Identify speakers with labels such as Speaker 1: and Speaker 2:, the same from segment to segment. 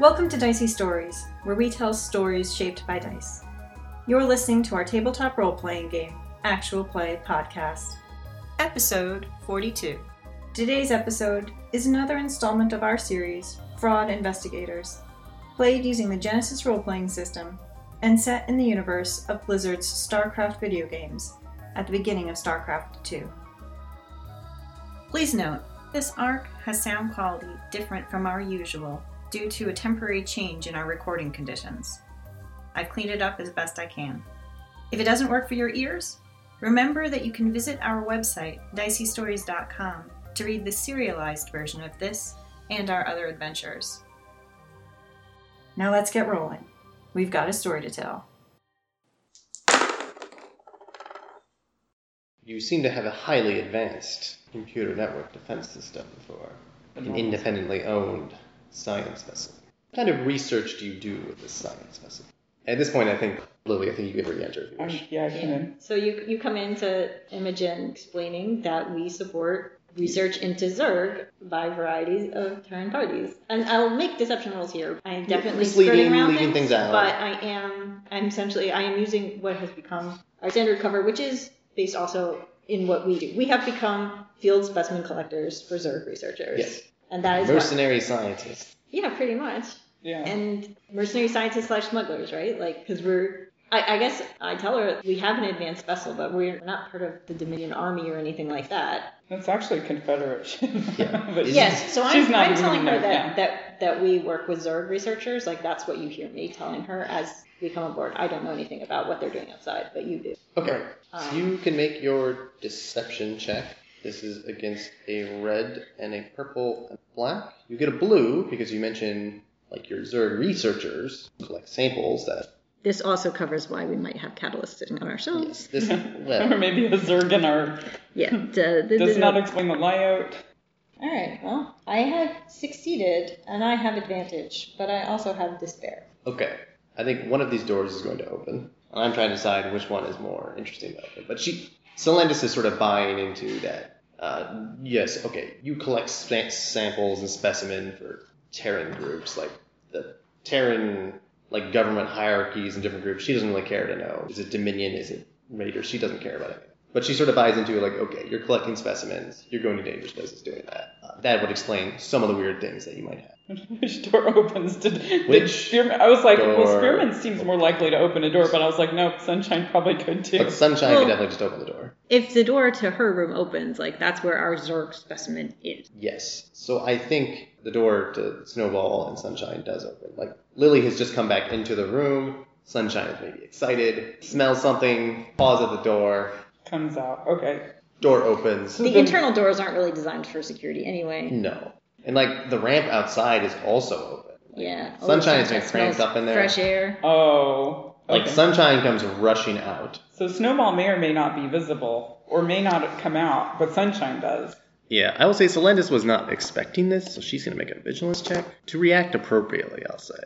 Speaker 1: Welcome to Dicey Stories, where we tell stories shaped by dice. You're listening to our tabletop role playing game, Actual Play Podcast.
Speaker 2: Episode 42.
Speaker 1: Today's episode is another installment of our series, Fraud Investigators, played using the Genesis role playing system and set in the universe of Blizzard's StarCraft video games at the beginning of StarCraft II. Please note, this arc has sound quality different from our usual due to a temporary change in our recording conditions. I've cleaned it up as best I can. If it doesn't work for your ears, remember that you can visit our website, diceystories.com, to read the serialized version of this and our other adventures. Now let's get rolling. We've got a story to tell.
Speaker 3: You seem to have a highly advanced computer network defense system for an independently owned science vessel. What kind of research do you do with this science vessel? At this point, I think, Lily, I think you can re-enter if you
Speaker 4: Um,
Speaker 3: wish.
Speaker 4: yeah, I came in.
Speaker 5: So you, you come into Imogen explaining that we support research into Zerg by varieties of Terran parties. And I'll make deception rolls here. I am definitely
Speaker 3: misleading,
Speaker 5: skirting around
Speaker 3: leaving things out.
Speaker 5: but I am I'm essentially I am using what has become our standard cover, which is based also in what we do. We have become field specimen collectors for Zerg researchers.
Speaker 3: Yes.
Speaker 5: And that is what,
Speaker 3: Mercenary scientist.
Speaker 5: yeah, pretty much
Speaker 4: Yeah.
Speaker 5: and mercenary scientists slash smugglers, right? Like, because we're, I, I guess I tell her we have an advanced vessel, but we're not part of the Dominion Army or anything like that.
Speaker 4: That's actually Confederate.
Speaker 3: Yeah.
Speaker 4: but
Speaker 5: Yes, so
Speaker 4: she's
Speaker 5: I'm,
Speaker 4: not
Speaker 5: I'm
Speaker 4: even
Speaker 5: telling
Speaker 4: in
Speaker 5: her
Speaker 4: there,
Speaker 5: that, that that we work with Zerg researchers. Like, that's what you hear me telling her as we come aboard. I don't know anything about what they're doing outside, but you do.
Speaker 3: Okay.
Speaker 5: Um,
Speaker 3: So you can make your deception check. This is against a red and a purple and black. You get a blue because you mentioned like your Zerg researchers collect samples that
Speaker 5: This also covers why we might have catalysts sitting on our
Speaker 3: yes, this
Speaker 4: Or
Speaker 3: well
Speaker 4: maybe a Zerg in our
Speaker 5: Yeah.
Speaker 4: does not explain the layout.
Speaker 5: All right. Well, I have succeeded, and I have advantage, but I also have despair.
Speaker 3: Okay. I think one of these doors is going to open, and I'm trying to decide which one is more interesting to open. But she, Solandis is sort of buying into that. Uh, yes, okay, you collect sa- samples and specimen for Terran groups, like the Terran like government hierarchies and different groups. She doesn't really care to know. Is it Dominion? Is it Raider? She doesn't care about it. But she sort of buys into like, okay, you're collecting specimens. You're going to dangerous places doing that. Uh, that would explain some of the weird things that you might have.
Speaker 4: Which door opens? Did, did
Speaker 3: Which
Speaker 4: Spearman, I was like, well,
Speaker 3: door-
Speaker 4: Spearman seems more likely to open a door, but I was like, no, Sunshine probably could too.
Speaker 3: But Sunshine
Speaker 5: Well-
Speaker 3: could definitely just open the door.
Speaker 5: if the door to her room opens, like that's where our Zerg specimen is.
Speaker 3: Yes. So I think the door to Snowball and Sunshine does open. Like Lily has just come back into the room. Sunshine is maybe excited, smells something, paws at the door.
Speaker 4: Comes out. Okay.
Speaker 3: Door opens.
Speaker 5: The internal doors aren't really designed for security anyway.
Speaker 3: No. And like the ramp outside is also open.
Speaker 5: Yeah.
Speaker 3: Sunshine has
Speaker 5: that
Speaker 3: been cranked
Speaker 5: smells
Speaker 3: up in there.
Speaker 5: Fresh air.
Speaker 4: Oh.
Speaker 3: Like
Speaker 4: okay.
Speaker 3: Sunshine comes rushing out.
Speaker 4: so Snowball may or may not be visible, or may not come out, but Sunshine does.
Speaker 3: Yeah, I will say Solendis was not expecting this, so she's gonna make a vigilance check to react appropriately. I'll say.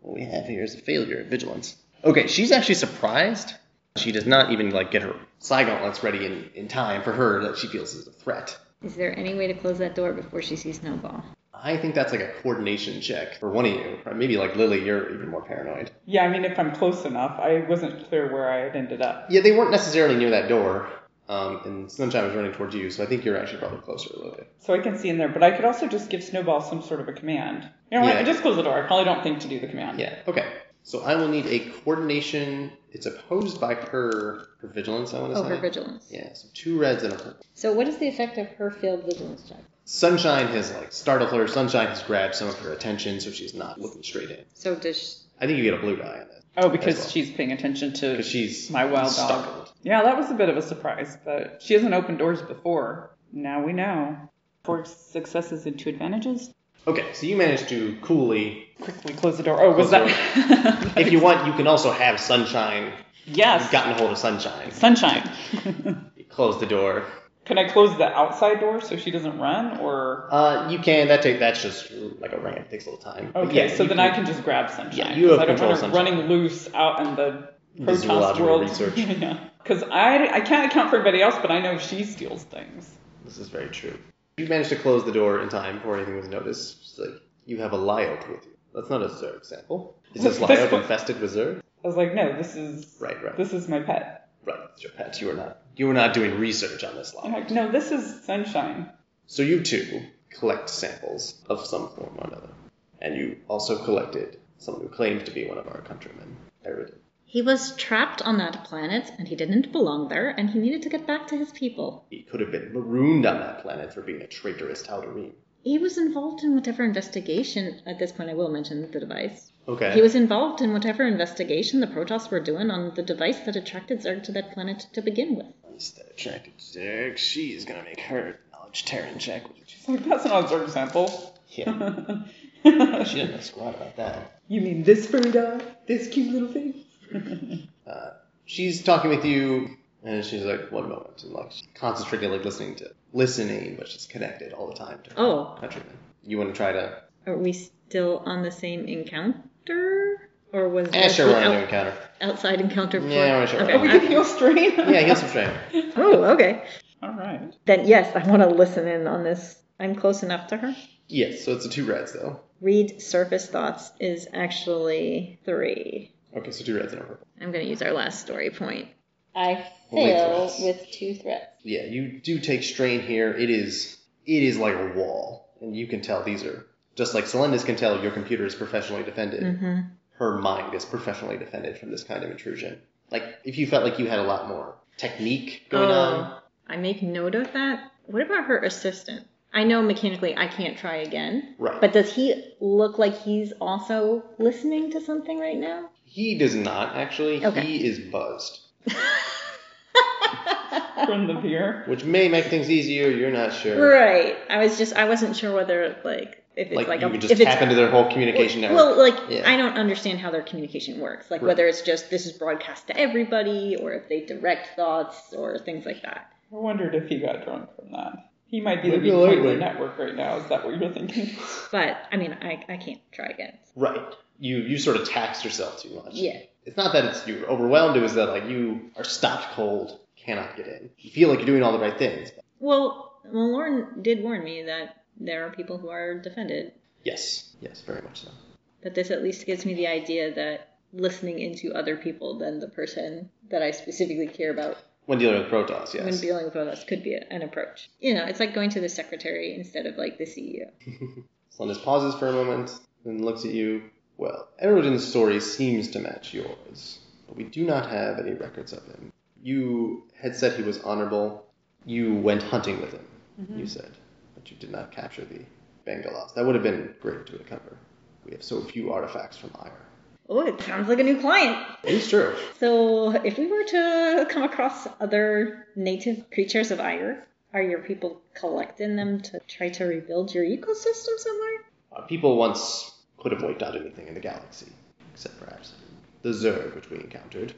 Speaker 3: What we have here is a failure of vigilance. Okay, she's actually surprised. She does not even like get her psi gauntlets ready in, in time for her that she feels is a threat.
Speaker 5: Is there any way to close that door before she sees Snowball?
Speaker 3: I think that's like a coordination check for one of you, or maybe like Lily, you're even more paranoid.
Speaker 4: Yeah, I mean, if I'm close enough, I wasn't clear where I had ended up.
Speaker 3: Yeah, they weren't necessarily near that door, um, and Sunshine was running towards you, so I think you're actually probably closer, Lily.
Speaker 4: So I can see in there, but I could also just give Snowball some sort of a command. You know what?
Speaker 3: Yeah.
Speaker 4: Just close the door. I probably don't think to do the command.
Speaker 3: Yeah. Okay. So I will need a coordination. It's opposed by her, her vigilance. I want to
Speaker 5: Oh,
Speaker 3: say.
Speaker 5: her vigilance.
Speaker 3: Yeah, so two reds and a purple.
Speaker 5: So what is the effect of her failed vigilance check?
Speaker 3: Sunshine has like startled her. Sunshine has grabbed some of her attention, so she's not looking straight in.
Speaker 5: So does
Speaker 3: I think you get a blue die on this
Speaker 4: Oh,
Speaker 3: As well.
Speaker 4: because she's paying attention to.
Speaker 3: because she's
Speaker 4: My wild dog.
Speaker 3: startled.
Speaker 4: Yeah, that was a bit of a surprise, but she hasn't opened doors before. Now we know. Four successes and two advantages.
Speaker 3: Okay, so you managed to coolly.
Speaker 4: Quickly close the door. Oh, was
Speaker 3: Close
Speaker 4: that?
Speaker 3: If you want, you can also have Sunshine.
Speaker 4: yes.
Speaker 3: You've gotten hold of Sunshine.
Speaker 4: Sunshine.
Speaker 3: You close the door.
Speaker 4: Can I close the outside door so she doesn't run, or?
Speaker 3: Uh, you can. That take. That's just like a ramp. Takes a little time. But
Speaker 4: Okay,
Speaker 3: yeah,
Speaker 4: so
Speaker 3: you
Speaker 4: then I can just grab Sunshine.
Speaker 3: Yeah, you have
Speaker 4: 'cause I don't
Speaker 3: control
Speaker 4: want
Speaker 3: of
Speaker 4: her
Speaker 3: Sunshine.
Speaker 4: running loose out in the
Speaker 3: The
Speaker 4: Protoss
Speaker 3: zoological
Speaker 4: world.
Speaker 3: research.
Speaker 4: yeah. Because I, I can't account for everybody else, but I know she steals things.
Speaker 3: This is very true. You managed to close the door in time before anything was noticed. It's like you have a lyot with you. That's not a Zerg sample. Is this Lyok infested with Zerg?
Speaker 4: I was like, no, this is
Speaker 3: Right, right,
Speaker 4: this is my pet.
Speaker 3: right. It's your pet. You were not. You were not doing research on this
Speaker 4: I'm
Speaker 3: Lyok.
Speaker 4: like, no, this is sunshine.
Speaker 3: So you two collect samples of some form or another, and you also collected someone who claimed to be one of our countrymen, Eridan.
Speaker 5: He was trapped on that planet, and he didn't belong there, and he needed to get back to his people.
Speaker 3: He could have been marooned on that planet for being a traitorous Tal'Darim.
Speaker 5: He was involved in whatever investigation. At this point, I will mention the device.
Speaker 3: Okay.
Speaker 5: He was involved in whatever investigation the Protoss were doing on the device that attracted Zerg to that planet to begin with.
Speaker 3: Instead of attracted to Zerg, she's gonna make her knowledge Terran check. Which,
Speaker 4: It's like, that's an observed sample.
Speaker 3: yeah, she didn't know squat about that.
Speaker 4: you mean this furry dog? This cute little thing?
Speaker 3: She's talking with you, and she's like, "One moment," and like she's concentrated, like listening to listening, but she's connected all the time to her
Speaker 5: Oh.
Speaker 3: countrymen. You want to try to?
Speaker 5: Are we still on the same encounter? Or was
Speaker 3: Eh,
Speaker 5: that
Speaker 3: sure,
Speaker 5: the
Speaker 3: we're on a new
Speaker 5: out-
Speaker 3: encounter.
Speaker 5: outside encounter? for-
Speaker 3: Yeah, we're sure.
Speaker 5: Okay.
Speaker 4: Oh, we can heal strain?
Speaker 3: Yeah, heal some strain.
Speaker 5: Oh, okay.
Speaker 4: All right.
Speaker 5: Then, yes, I want to listen in on this. I'm close enough to her.
Speaker 3: Yes, so it's the two reds though.
Speaker 5: Read surface thoughts is actually three.
Speaker 3: Okay, so two reds and a purple.
Speaker 5: I'm going to use our last story point.
Speaker 6: I
Speaker 3: Only
Speaker 6: fail
Speaker 3: threats.
Speaker 6: with two threats.
Speaker 3: Yeah, you do take strain here. It is it is like a wall, and you can tell these are just like Celendis can tell. Your computer is professionally defended.
Speaker 5: hmm
Speaker 3: her mind is professionally defended from this kind of intrusion. Like if you felt like you had a lot more technique going
Speaker 5: Oh.
Speaker 3: on,
Speaker 5: I make note of that. What about her assistant? I know mechanically I can't try again,
Speaker 3: right?
Speaker 6: But does he look like he's also listening to something right now?
Speaker 3: he does not actually.
Speaker 5: Okay.
Speaker 3: He is buzzed,
Speaker 4: From the pier.
Speaker 3: which may make things easier. You're not sure.
Speaker 5: right? I was just I wasn't sure whether like if it's
Speaker 3: Like,
Speaker 5: like,
Speaker 3: you
Speaker 5: a,
Speaker 3: could
Speaker 5: if
Speaker 3: just
Speaker 5: it's
Speaker 3: tap into their whole communication network.
Speaker 5: well like
Speaker 3: Yeah.
Speaker 5: I don't understand how their communication works, like
Speaker 3: Right.
Speaker 5: whether it's just this is broadcast to everybody or if they direct thoughts or things like that.
Speaker 4: I wondered if he got drunk from that. He might be the
Speaker 3: Maybe
Speaker 4: weak point of the
Speaker 3: lightweight.
Speaker 4: network right now. Is that what you're thinking?
Speaker 5: But I mean I I can't try again.
Speaker 3: right. You you sort of taxed yourself too much.
Speaker 5: Yeah.
Speaker 3: It's not that it's you're overwhelmed. It was that like you are stopped cold, cannot get in. You feel like you're doing all the right things. but-
Speaker 5: Well, well, Lauren did warn me that there are people who are defended,
Speaker 3: yes. Yes. Very much so.
Speaker 5: but this at least gives me the idea that listening into other people than the person that I specifically care about
Speaker 3: When dealing with Protoss, yes.
Speaker 5: when dealing with us could be an approach. You know, it's like going to the secretary instead of like the E CEO.
Speaker 3: Saunders pauses for a moment, then looks at you. Well, Eridan's story seems to match yours, but we do not have any records of him. You had said he was honorable. You went hunting with him, you said, but you did not capture the Bengalas. That would have been great to recover. We have so few artifacts from Ire.
Speaker 5: Oh, it sounds like a new client.
Speaker 3: It's true.
Speaker 5: So, if we were to come across other native creatures of Ire, are your people collecting them to try to rebuild your ecosystem somewhere?
Speaker 3: Our Uh, people once could have wiped out anything in the galaxy, except perhaps the Zerg, which we encountered.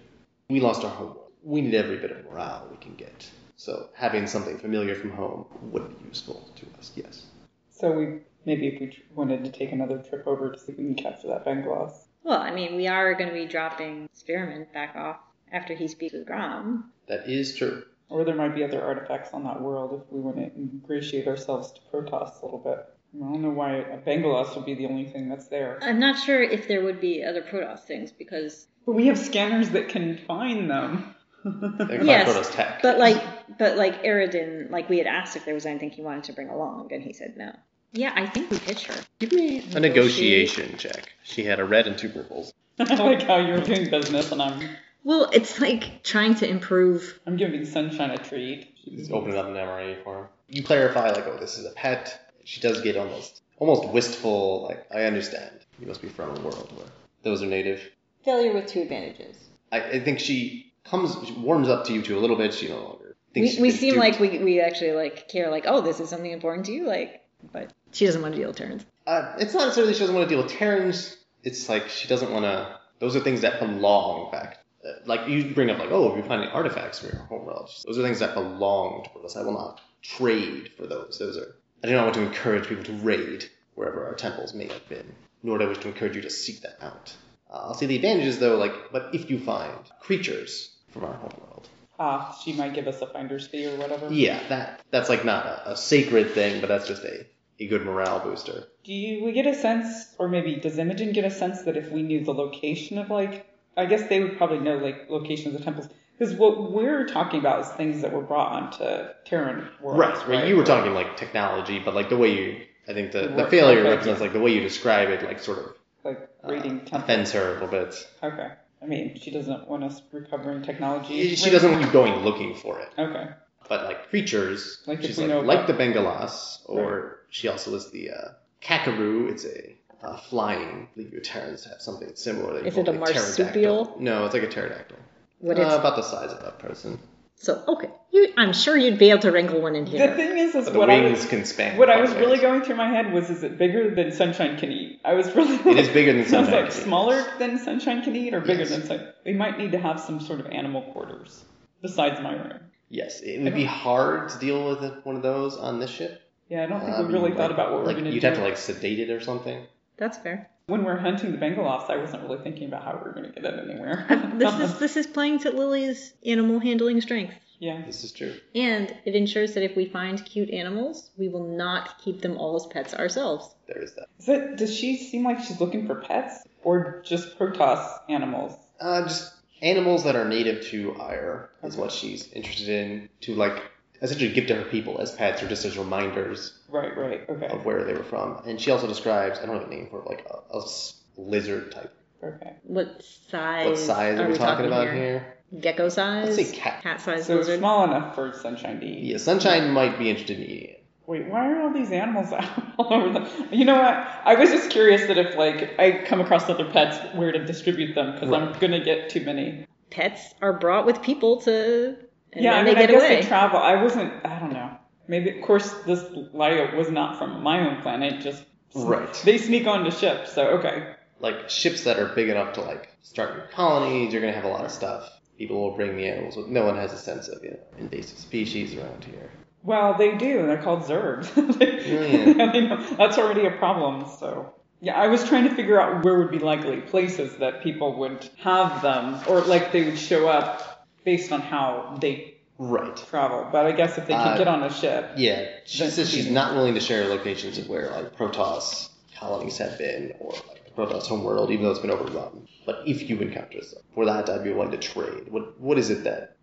Speaker 3: We lost our home world. We need every bit of morale we can get. So having something familiar from home would be useful to us, yes.
Speaker 4: so we maybe if we tr- wanted to take another trip over to see if we can capture that Bengals.
Speaker 5: Well, I mean, we are going to be dropping Spearman back off after he speaks with Grom.
Speaker 3: That is true.
Speaker 4: Or there might be other artifacts on that world if we want to ingratiate ourselves to Protoss a little bit. I don't know why a Bengalos would be the only thing that's there.
Speaker 5: I'm not sure if there would be other Protoss things because,
Speaker 4: But we have scanners that can find them.
Speaker 3: They can
Speaker 5: Yes,
Speaker 3: find Protoss tech.
Speaker 5: but like, but like Eridan, like we had asked if there was anything he wanted to bring along, and he said no. Yeah, I think we pitch her.
Speaker 3: Give me a negotiation check. She had a red and two purples.
Speaker 4: I like how you're doing business and I'm
Speaker 5: Well, it's like trying to improve.
Speaker 4: I'm giving Sunshine a treat.
Speaker 3: She's opening up an MRE for him. You clarify, like, oh, this is a pet. She does get almost almost wistful, like, I understand. You must be from a world where those are native.
Speaker 6: Failure with two advantages.
Speaker 3: I, I think she comes, she warms up to you two a little bit. She no longer thinks
Speaker 5: We,
Speaker 3: she
Speaker 5: we
Speaker 3: can
Speaker 5: seem
Speaker 3: do-
Speaker 5: like we, we actually like care, like oh, this is something important to you, like. But she doesn't want to deal turns.
Speaker 3: Uh, it's not necessarily she doesn't want to deal with Terrans. It's like she doesn't want to. Those are things that belong back. Uh, like you bring up, like oh, if you find any artifacts from your homeworld, those are things that belong to us. I will not trade for those. Those are. I do not want to encourage people to raid wherever our temples may have been. Nor do I wish to encourage you to seek them out. Uh, I'll see the advantages though, like but if you find creatures from our homeworld.
Speaker 4: Ah, she might give us a finder's fee or whatever.
Speaker 3: Yeah, that that's like not a, a sacred thing, but that's just a a good morale booster.
Speaker 4: Do you, we get a sense, or maybe does Imogen get a sense that if we knew the location of like, I guess they would probably know like location of the temples because what we're talking about is things that were brought onto Terran world.
Speaker 3: Right. Right. You were talking like technology, but like the way you, I think the, the
Speaker 4: Right,
Speaker 3: failure
Speaker 4: okay.
Speaker 3: represents like the way you describe it, like sort of
Speaker 4: like
Speaker 3: uh,
Speaker 4: reading temples.
Speaker 3: offends her a little bit.
Speaker 4: Okay. I mean, she doesn't want us recovering technology.
Speaker 3: She doesn't want you going looking for it.
Speaker 4: Okay.
Speaker 3: but like creatures,
Speaker 4: Like if
Speaker 3: she's
Speaker 4: we
Speaker 3: like,
Speaker 4: know
Speaker 3: like
Speaker 4: about-
Speaker 3: the Bengalas, or she also lists the uh, Kakaru. It's a uh, flying. I believe your Terrans have something similar. They
Speaker 5: Is
Speaker 3: call
Speaker 5: it a
Speaker 3: like pterodactyl.
Speaker 5: marsupial?
Speaker 3: No, it's like a pterodactyl.
Speaker 5: What
Speaker 3: Uh,
Speaker 5: it's
Speaker 3: about the size of a person.
Speaker 5: so okay. You, I'm sure you'd be able to wrangle one in
Speaker 4: The
Speaker 5: here.
Speaker 4: thing is, is
Speaker 3: But the
Speaker 4: what I
Speaker 3: wings
Speaker 4: was
Speaker 3: can span.
Speaker 4: what I was
Speaker 3: quite a
Speaker 4: really
Speaker 3: ways.
Speaker 4: going through my head was, is it bigger than Sunshine can eat? I was really.
Speaker 3: It is bigger than
Speaker 4: I was
Speaker 3: Sunshine
Speaker 4: like
Speaker 3: can eat.
Speaker 4: smaller than Sunshine can eat, or bigger
Speaker 3: Yes.
Speaker 4: than Sunshine. We might need to have some sort of animal quarters besides my room.
Speaker 3: Yes, it would be hard to deal with a- one of those on this ship.
Speaker 4: Yeah, I don't think
Speaker 3: Um,
Speaker 4: we really
Speaker 3: like-
Speaker 4: thought about what
Speaker 3: like,
Speaker 4: we're going
Speaker 3: You'd
Speaker 4: do.
Speaker 3: have to like sedate it or something.
Speaker 5: That's fair.
Speaker 4: when we're hunting the Bengalofs, I wasn't really thinking about how we were going to get it anywhere.
Speaker 5: This is this is playing to Lily's animal handling strength.
Speaker 4: yeah.
Speaker 3: This is true.
Speaker 5: And it ensures that if we find cute animals, we will not keep them all as pets ourselves.
Speaker 3: There is that.
Speaker 4: Is it, does she seem like she's looking for pets or just Protoss animals?
Speaker 3: Uh, just animals that are native to Ire is what she's interested in to like essentially give to her people as pets or just as reminders
Speaker 4: Right, right. Okay.
Speaker 3: of where they were from. And she also describes I don't know the name for it, like a, a s- lizard type.
Speaker 4: Okay.
Speaker 5: What size?
Speaker 3: What size are we talking about here?
Speaker 5: Gecko size?
Speaker 3: Let's say cat.
Speaker 5: Cat size
Speaker 4: So it's
Speaker 5: lizard.
Speaker 4: small enough for Sunshine to eat.
Speaker 3: Yeah, Sunshine might be interested in eating it.
Speaker 4: Wait, why are all these animals out all over the? You know what? I was just curious that if like I come across other pets, where to distribute them because I'm gonna get too many.
Speaker 5: Pets are brought with people to. And
Speaker 4: yeah,
Speaker 5: then
Speaker 4: I mean,
Speaker 5: they
Speaker 4: I
Speaker 5: get
Speaker 4: guess
Speaker 5: away.
Speaker 4: they travel. I wasn't. I don't know. Maybe of course this Lyo was not from my own planet. Just
Speaker 3: Right.
Speaker 4: They sneak onto ships. So okay.
Speaker 3: Like ships that are big enough to like start your colonies, you're gonna have a lot of stuff. People will bring the animals. With, no one has a sense of you know invasive species around here.
Speaker 4: Well, they do. They're called Zergs.
Speaker 3: Yeah.
Speaker 4: You know, that's already a problem. So, yeah, I was trying to figure out where would be likely places that people would have them, or like they would show up based on how they
Speaker 3: Right.
Speaker 4: travel. But I guess if they can
Speaker 3: Uh,
Speaker 4: get on a ship,
Speaker 3: Yeah, she
Speaker 4: Then
Speaker 3: says she's
Speaker 4: competing.
Speaker 3: not willing to share locations of where like Protoss colonies have been or like the Protoss homeworld, even though it's been overrun. But if you encounter some, for that I'd be willing to trade. What what is it that?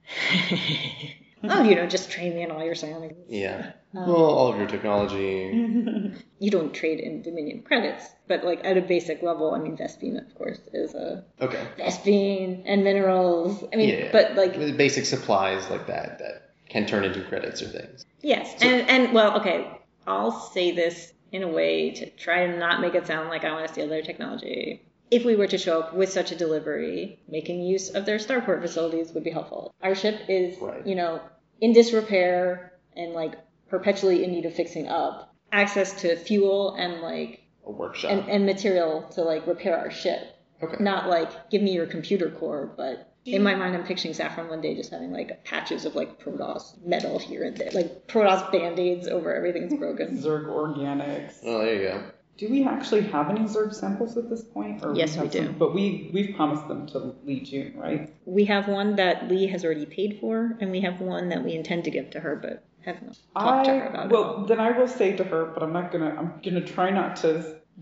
Speaker 5: oh, you know, just train me on all your psionics.
Speaker 3: Yeah, well, all of your
Speaker 5: Mm-hmm.
Speaker 3: technology.
Speaker 5: You don't trade in Dominion credits, but like at a basic level, I mean, Vespine, of course, is a
Speaker 3: Okay,
Speaker 5: Vespine and minerals. I mean,
Speaker 3: yeah,
Speaker 5: but like
Speaker 3: the basic supplies like that that can turn into credits or things.
Speaker 5: Yes, and and well, okay. I'll say this in a way to try to not make it sound like I want to steal their technology. If we were to show up with such a delivery, making use of their starport facilities would be helpful. Our ship is,
Speaker 3: Right.
Speaker 5: you know, in disrepair and like perpetually in need of fixing up. Access to fuel and like
Speaker 3: A workshop.
Speaker 5: and, and material to like repair our ship.
Speaker 3: okay.
Speaker 5: Not like give me your computer core, but
Speaker 4: Mm-hmm.
Speaker 5: in my mind, I'm picturing Saffron one day just having like patches of like Protoss metal here and there, like Protoss band aids over everything that's broken.
Speaker 4: Zerg organics.
Speaker 3: Oh, there you go.
Speaker 4: Do we actually have any Zerg samples at this point? Or
Speaker 5: Yes, we
Speaker 4: have
Speaker 5: do.
Speaker 4: some- but we we've promised them to Lee June, right?
Speaker 5: We have one that Lee has already paid for, and we have one that we intend to give to her, but have not talked to her
Speaker 4: I
Speaker 5: about it.
Speaker 4: well then I will say to her, but I'm not gonna I'm gonna try not to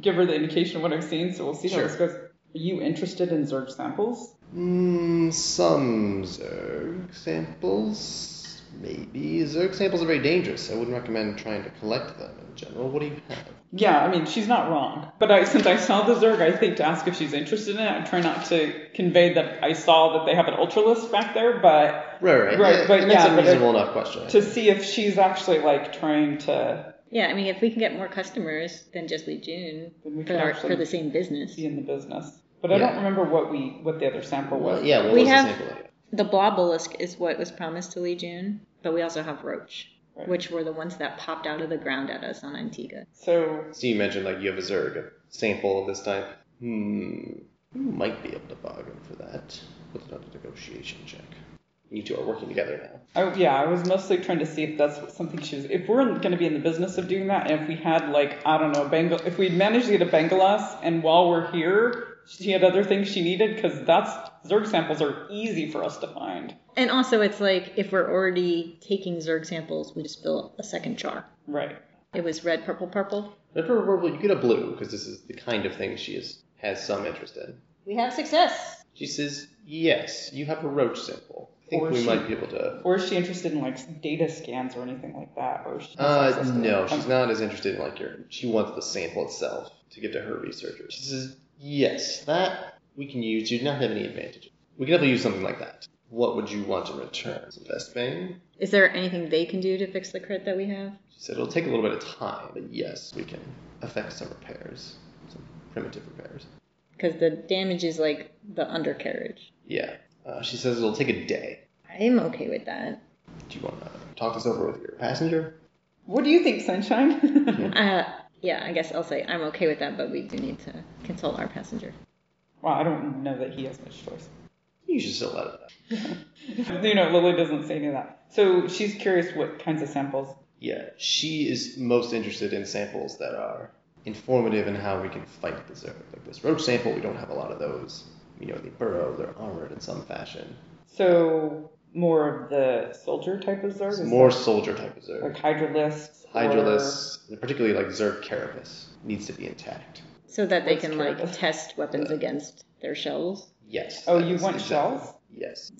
Speaker 4: give her the indication of what I've seen, so we'll see
Speaker 3: Sure.
Speaker 4: how this goes. Are you interested in Zerg samples?
Speaker 3: Mm, some Zerg samples, maybe. Zerg samples are very dangerous. I wouldn't recommend trying to collect them in general. What do you have?
Speaker 4: Yeah, I mean she's not wrong. But I, since I saw the Zerg, I think to ask if she's interested in it. I try not to convey that I saw that they have an ultra list back there, but
Speaker 3: Right, right,
Speaker 4: Right,
Speaker 3: yeah,
Speaker 4: but
Speaker 3: and that's
Speaker 4: yeah,
Speaker 3: a
Speaker 4: but if-
Speaker 3: reasonable enough question. I
Speaker 4: to
Speaker 3: think.
Speaker 4: see if she's actually like trying to
Speaker 5: yeah, I mean, if we can get more customers than just Lee June
Speaker 4: Then we
Speaker 5: for,
Speaker 4: could
Speaker 5: our,
Speaker 4: actually-
Speaker 5: for the same business,
Speaker 4: be in the business. But I
Speaker 3: Yeah.
Speaker 4: don't remember what we what the other sample was.
Speaker 3: Well, yeah, what
Speaker 5: We
Speaker 3: was
Speaker 5: have-
Speaker 3: the sample? like?
Speaker 5: the Blobelisk is what was promised to Lee June, but we also have Roach,
Speaker 4: Right.
Speaker 5: which were the ones that popped out of the ground at us on Antigua.
Speaker 4: So
Speaker 3: So you mentioned like you have a Zerg a sample of this type. Hmm, you might be able to bargain for that. What's another negotiation check? You two are working together now.
Speaker 4: I, yeah, I was mostly trying to see if that's something she was. If we're going to be in the business of doing that, and if we had like I don't know, Bengal, if we'd managed to get a Bengalas, and while we're here, she had other things she needed because that's Zerg samples are easy for us to find.
Speaker 5: And also, it's like if we're already taking Zerg samples, we just fill a second jar.
Speaker 4: Right.
Speaker 5: It was red, purple, purple.
Speaker 3: Red, purple, purple, you get a blue because this is the kind of thing she is has some interest in.
Speaker 7: We have success.
Speaker 3: She says, "Yes, you have a roach sample. I think
Speaker 4: Or
Speaker 3: we
Speaker 4: she-
Speaker 3: might be able to."
Speaker 4: Or is she interested in like data scans or anything like that? Or is she
Speaker 3: Uh, no, she's not as interested in like your. She wants the sample itself to give to her researcher. She says, "Yes, that we can use. You do not have any advantages. We can definitely use something like that. What would you want in return? Some best thing?"
Speaker 5: Is there anything they can do to fix the crit that we have?
Speaker 3: She said, "It'll take a little bit of time, but yes, we can affect some repairs, some primitive repairs."
Speaker 5: Because the damage is like the undercarriage.
Speaker 3: Yeah. Uh, she says it'll take a day.
Speaker 5: I'm okay with that.
Speaker 3: Do you want to talk this over with your passenger?
Speaker 4: What do you think, Sunshine?
Speaker 5: Uh, yeah, I guess I'll say I'm okay with that, but we do need to consult our passenger.
Speaker 4: well, I don't know that he has much choice.
Speaker 3: You should still let it.
Speaker 4: You know, Lily doesn't say any of that. So she's curious what kinds of samples.
Speaker 3: Yeah, she is most interested in samples that are informative in how we can fight the Zerg. Like this roach sample, we don't have a lot of those. You know, they burrow, they're armored in some fashion.
Speaker 4: So more of the soldier type of Zerg?
Speaker 3: It's
Speaker 4: is
Speaker 3: more
Speaker 4: that
Speaker 3: soldier type of Zerg.
Speaker 4: like Hydralisks. or-
Speaker 3: Hydralis, and particularly like Zerg carapace, needs to be intact.
Speaker 5: So that they
Speaker 4: Let's
Speaker 5: can
Speaker 4: try
Speaker 5: like
Speaker 4: this.
Speaker 5: test weapons against their shells.
Speaker 3: Yes.
Speaker 4: Oh,
Speaker 3: that
Speaker 4: you
Speaker 3: is
Speaker 4: want
Speaker 3: exactly-
Speaker 4: shells?
Speaker 3: Yes.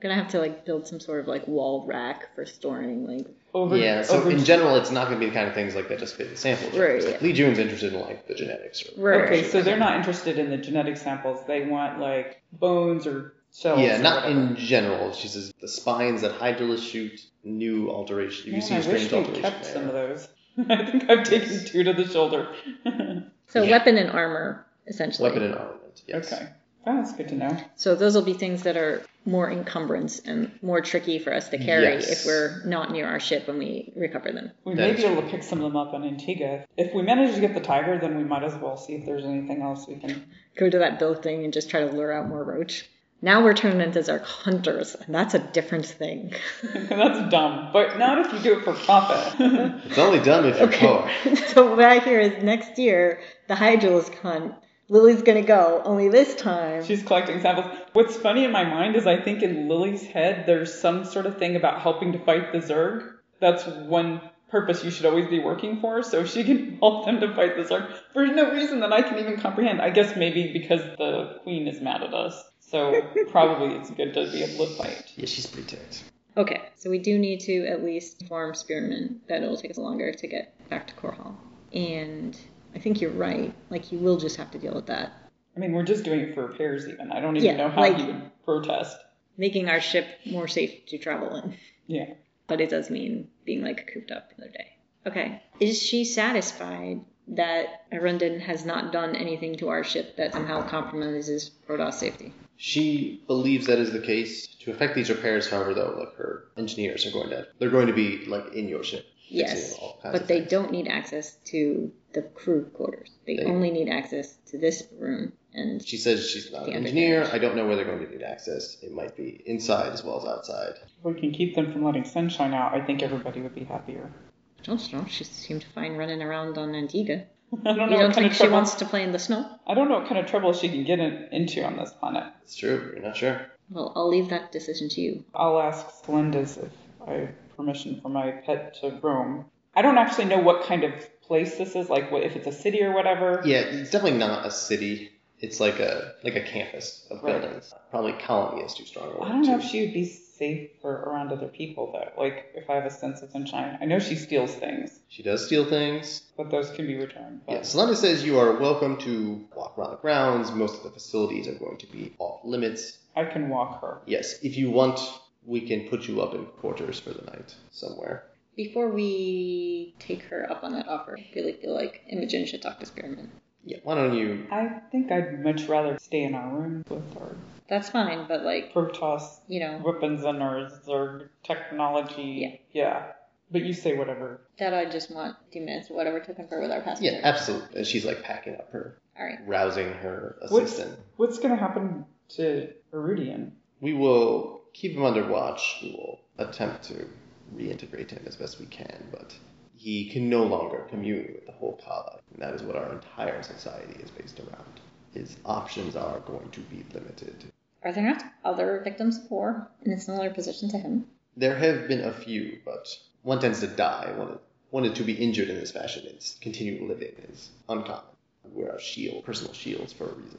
Speaker 5: Gonna have to like build some sort of like wall rack for storing like
Speaker 4: Over,
Speaker 3: yeah, so
Speaker 4: over-
Speaker 3: in general, it's not going to be the kind of things like that just fit the sample.
Speaker 5: Right,
Speaker 3: Like, Lee June's interested in like the genetics. Or,
Speaker 5: Right.
Speaker 4: Okay, so they're not interested in the genetic samples. They want like bones or shells.
Speaker 3: Yeah,
Speaker 4: or
Speaker 3: not
Speaker 4: whatever.
Speaker 3: in general. She says the spines that Hydralis shoot, new alteration. You
Speaker 4: Man,
Speaker 3: see
Speaker 4: I
Speaker 3: strange
Speaker 4: wish we
Speaker 3: alteration
Speaker 4: kept
Speaker 3: there.
Speaker 4: some of those. I think I've taken two to the shoulder.
Speaker 5: so
Speaker 3: Yeah.
Speaker 5: weapon and armor essentially.
Speaker 3: Weapon and armament. Yes.
Speaker 4: Okay. Well, that's good to know.
Speaker 5: So those will be things that are more encumbrance and more tricky for us to carry
Speaker 3: Yes.
Speaker 5: if we're not near our ship when we recover them.
Speaker 4: We
Speaker 3: That
Speaker 4: may
Speaker 3: is
Speaker 4: be able to pick some of them up on Antigua. If we manage to get the tiger, then we might as well see if there's anything else we can.
Speaker 5: Go to that building and just try to lure out more roach. Now we're turning into Zark hunters, and that's a different thing.
Speaker 4: that's dumb, but not if you do it for profit.
Speaker 3: It's only dumb if you're poor.
Speaker 5: so what I hear is next year the Hydralisk hunt. Lily's gonna go, only this time.
Speaker 4: She's collecting samples. What's funny in my mind is I think in Lily's head there's some sort of thing about helping to fight the Zerg. That's one purpose you should always be working for. So if she can help them to fight the Zerg for no reason that I can even comprehend. I guess maybe because the queen is mad at us. So probably it's good to be able to fight.
Speaker 3: Yeah, she's pretty ticked.
Speaker 5: Okay, so we do need to at least form Spearman, but it'll take us longer to get back to Core Hall. And I think you're right. Like, you will just have to deal with that.
Speaker 4: I mean, we're just doing it for repairs even. I don't even
Speaker 5: Yeah,
Speaker 4: know how
Speaker 5: like-
Speaker 4: you would protest.
Speaker 5: Making our ship more safe to travel in.
Speaker 4: Yeah.
Speaker 5: But it does mean being, like, cooped up another day. Okay. Is she satisfied that Arundin has not done anything to our ship that somehow compromises Protoss safety?
Speaker 3: She believes that is the case. To affect these repairs, however, though, like her engineers are going to, they're going to be like in your ship.
Speaker 5: Yes,
Speaker 3: fixing all kinds
Speaker 5: but
Speaker 3: of
Speaker 5: they
Speaker 3: things.
Speaker 5: don't need access to the crew quarters. They,
Speaker 3: They-
Speaker 5: only need access to this room and
Speaker 3: She says she's not an
Speaker 5: The
Speaker 3: engineer. I don't know where they're going to need access. It might be inside as well as outside.
Speaker 4: If we can keep them from letting sunshine out, I think everybody would be happier.
Speaker 5: Don't know. She seemed fine running around on Antigua.
Speaker 4: I don't know
Speaker 5: You
Speaker 4: what
Speaker 5: don't
Speaker 4: kind
Speaker 5: think
Speaker 4: of
Speaker 5: she
Speaker 4: trouble.
Speaker 5: wants to play in the snow?
Speaker 4: I don't know what kind of trouble she can get in, into on this planet.
Speaker 3: It's true. You're not sure.
Speaker 5: Well, I'll leave that decision to you.
Speaker 4: I'll ask Celinda's if I have permission for my pet to roam. I don't actually know what kind of place this is, like what, if it's a city or whatever.
Speaker 3: Yeah, it's definitely not a city. It's like a like a campus of
Speaker 4: Right.
Speaker 3: buildings. Probably colony is too strong. a word,
Speaker 4: I don't know
Speaker 3: too.
Speaker 4: if she would be safe for around other people though. Like if I have a sense of sunshine, I know she steals things,
Speaker 3: she does steal things.
Speaker 4: but those can be returned. But
Speaker 3: Yeah, Solana says you are welcome to walk around the grounds. Most of the facilities are going to be off limits.
Speaker 4: I can walk her.
Speaker 3: Yes, if you want, we can put you up in quarters for the night somewhere.
Speaker 5: Before we take her up on that offer, I really feel like Imogen should talk to Spearman.
Speaker 3: Yeah, why don't you?
Speaker 4: I think I'd much rather stay in our room with our
Speaker 5: That's fine, but like,
Speaker 4: Protoss
Speaker 5: you know,
Speaker 4: weapons and our Zerg technology. Yeah. Yeah. But you say whatever.
Speaker 5: that I just want two minutes or whatever to confer with our passenger.
Speaker 3: Yeah, absolutely. And she's like packing up her,
Speaker 5: All right.
Speaker 3: rousing her
Speaker 4: What's-
Speaker 3: assistant.
Speaker 4: What's going to happen to Erudian?
Speaker 3: We will keep him under watch. We will attempt to reintegrate him as best we can, but he can no longer commune with the whole Kala, and that is what our entire society is based around. His options are going to be limited.
Speaker 5: Are there not other victims of war in a similar position to him?
Speaker 3: There have been a few, but one tends to die. One wanted to be injured in this fashion is continue living is uncommon. We're our shield, personal shields for a reason.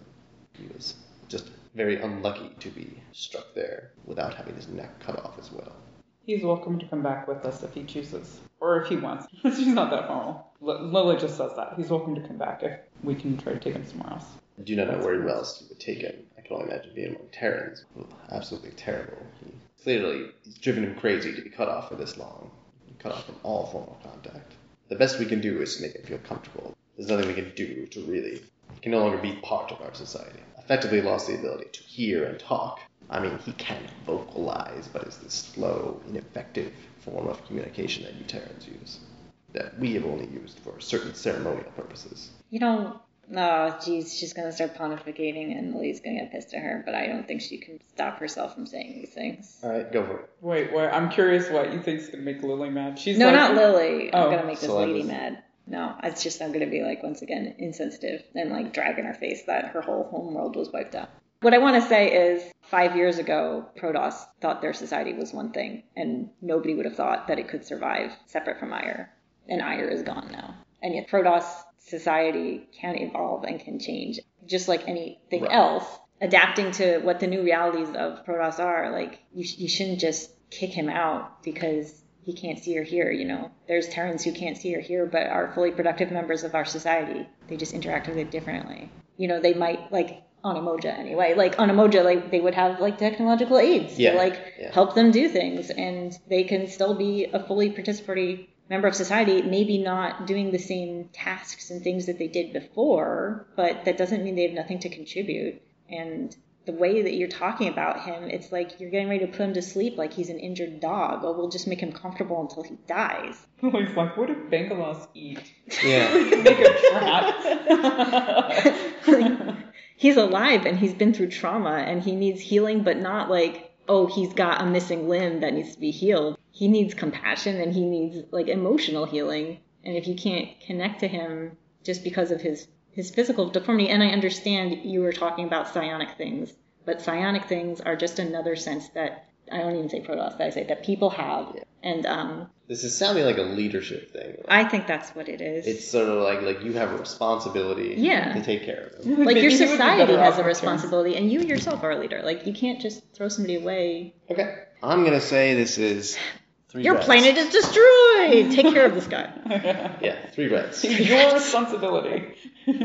Speaker 3: He was just very unlucky to be struck there without having his neck cut off as well.
Speaker 4: He's welcome to come back with us if he chooses, or if he wants. She's not that formal. L- Lola just says that he's welcome to come back if we can try to take him somewhere else.
Speaker 3: I do not know where else you would take him. I can only imagine being among Terrans. Ugh, Absolutely terrible. He clearly it's driven him crazy to be cut off for this long. Cut off from all formal contact. The best we can do is to make him feel comfortable. There's nothing we can do to really he can no longer be part of our society. Effectively lost the ability to hear and talk. I mean he can vocalize, but it's this slow, ineffective form of communication that you Terrans use. That we have only used for certain ceremonial purposes.
Speaker 5: You don't. Oh, geez, she's gonna start pontificating, and Lee's gonna get pissed at her. But I don't think she can stop herself from saying these things.
Speaker 3: Alright, go for it.
Speaker 4: Wait, wait. I'm curious what you think's gonna make Lily mad. She's
Speaker 5: no,
Speaker 4: like,
Speaker 5: not Lily.
Speaker 4: Oh,
Speaker 5: I'm gonna make this
Speaker 3: so I
Speaker 5: lady
Speaker 3: was-
Speaker 5: mad. No, it's just I'm gonna be like once again insensitive and like drag in her face that her whole home world was wiped out. What I want to say is, five years ago, Protoss thought their society was one thing, and nobody would have thought that it could survive separate from Ire. And Ire is gone now, and yet Protoss society can evolve and can change, just like anything
Speaker 3: Right.
Speaker 5: else. Adapting to what the new realities of Protoss are, like you, sh- you shouldn't just kick him out because he can't see or hear, you know. There's Terrans who can't see or hear but are fully productive members of our society. They just interact with it differently. You know, they might like on Emoja anyway. Like on Emoja, like they would have like technological aids
Speaker 3: Yeah,
Speaker 5: to like
Speaker 3: yeah.
Speaker 5: help them do things and they can still be a fully participatory member of society, maybe not doing the same tasks and things that they did before, but that doesn't mean they have nothing to contribute. And the way that you're talking about him, it's like you're getting ready to put him to sleep like he's an injured dog. Oh, we'll just make him comfortable until he dies.
Speaker 4: Lily's like, what if Bengalas eat?
Speaker 3: Yeah.
Speaker 4: Make a trap.
Speaker 5: he's alive and he's been through trauma and he needs healing, but not like, oh, he's got a missing limb that needs to be healed. He needs compassion and he needs like emotional healing. And if you can't connect to him just because of his his physical deformity, and I understand you were talking about psionic things, but psionic things are just another sense that I don't even say protoss, I say that people have, and um,
Speaker 3: This is sounding like a leadership thing. Like,
Speaker 5: I think that's what it is.
Speaker 3: it's sort of like like you have a responsibility
Speaker 5: Yeah.
Speaker 3: to take care of them.
Speaker 5: like your
Speaker 4: Maybe he would be
Speaker 5: society
Speaker 4: better off
Speaker 5: has a
Speaker 4: with Terrans.
Speaker 5: responsibility and you yourself are a leader like you can't just throw somebody away
Speaker 3: Okay. I'm gonna say this is three
Speaker 5: your
Speaker 3: reds.
Speaker 5: planet is destroyed take care of this guy
Speaker 3: Yeah, three reds.
Speaker 4: It's your responsibility.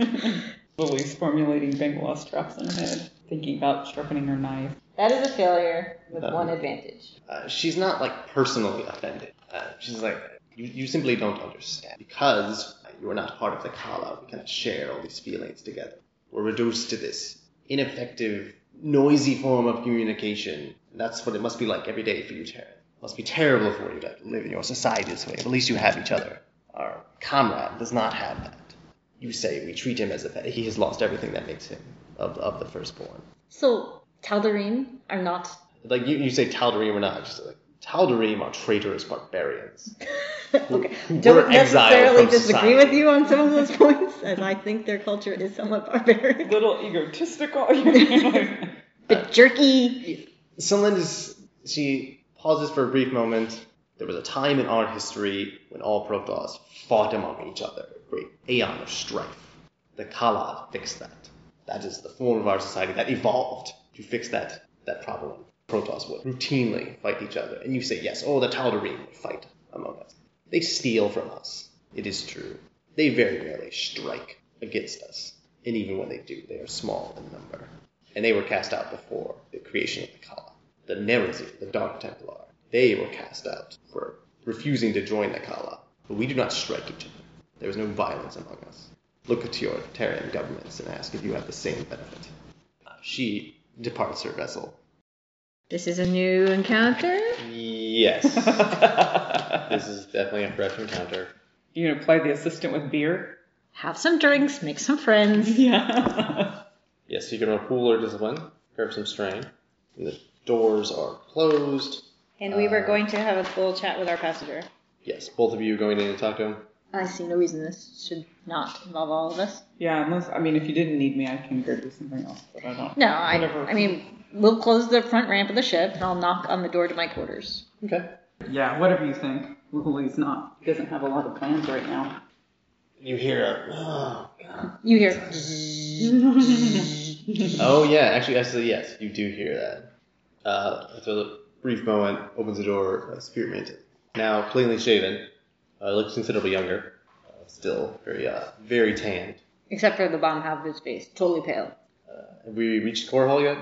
Speaker 4: Lily's formulating Bengalas traps in her head, thinking about sharpening her knife.
Speaker 7: That is a failure with
Speaker 3: Um,
Speaker 7: one advantage.
Speaker 3: Uh, she's not like personally offended. Uh, she's like you, you simply don't understand because you are not part of the Kala. We cannot share all these feelings together. We're reduced to this ineffective, noisy form of communication. That's what it must be like every day for you, Terran. must be terrible for you to live in your society this way. But at least you have each other. Our comrade does not have that. You say we treat him as a pet. He has lost everything that makes him of, of the firstborn.
Speaker 5: so taldarine are not
Speaker 3: Like you, you say Tal'Darim or not, just like Tal'Darim are traitorous barbarians.
Speaker 5: okay
Speaker 3: who were exiled
Speaker 5: don't necessarily
Speaker 3: from
Speaker 5: disagree
Speaker 3: society.
Speaker 5: with you on some of those points as i think their culture is somewhat barbaric
Speaker 4: Little egotistical.
Speaker 5: but jerky
Speaker 3: Someone is she pauses for a brief moment. There was a time in our history when all Protoss fought among each other, a great aeon of strife. The Kala fixed that. That is the form of our society that evolved to fix that that problem. Protoss would routinely fight each other, and you say yes. Oh, the Tal'Darim would fight among us. They steal from us. It is true. They very rarely strike against us, and even when they do, they are small in number and they were cast out before the creation of the Kala. The Nerezi, the Dark Templar, they were cast out for refusing to join the Kala. But we do not strike each other. There is no violence among us. Look at your Terran governments and ask if you have the same benefit. Uh, she departs her vessel.
Speaker 5: this is a new encounter
Speaker 3: Yes. this is definitely a fresh encounter.
Speaker 4: you gonna play the assistant with beer?
Speaker 5: have some drinks make some friends
Speaker 4: Yeah.
Speaker 3: Yes, you can roll pool or discipline, curb some strain. And the doors are closed.
Speaker 5: and we were going to have a full chat with our passenger
Speaker 3: Yes, both of you going in to talk to him.
Speaker 5: i see no reason this should not involve all of us
Speaker 4: Yeah, unless I mean, if you didn't need me, I can go do something else. But I don't.
Speaker 5: No, I,
Speaker 4: Whatever.
Speaker 5: I mean, we'll close the front ramp of the ship and I'll knock on the door to my quarters.
Speaker 3: Okay.
Speaker 4: Yeah, whatever you think. Lily's not. He doesn't have a lot of plans right now.
Speaker 3: You hear a. Oh,
Speaker 5: You hear
Speaker 3: Oh, yeah, actually, actually, yes, you do hear that. Uh, after a brief moment, opens the door, uh, Spearmint. Now plainly shaven, uh, looks considerably younger, uh, still very, uh, very tanned.
Speaker 5: except for the bottom half of his face, totally pale.
Speaker 3: Have we reached Core Hall yet?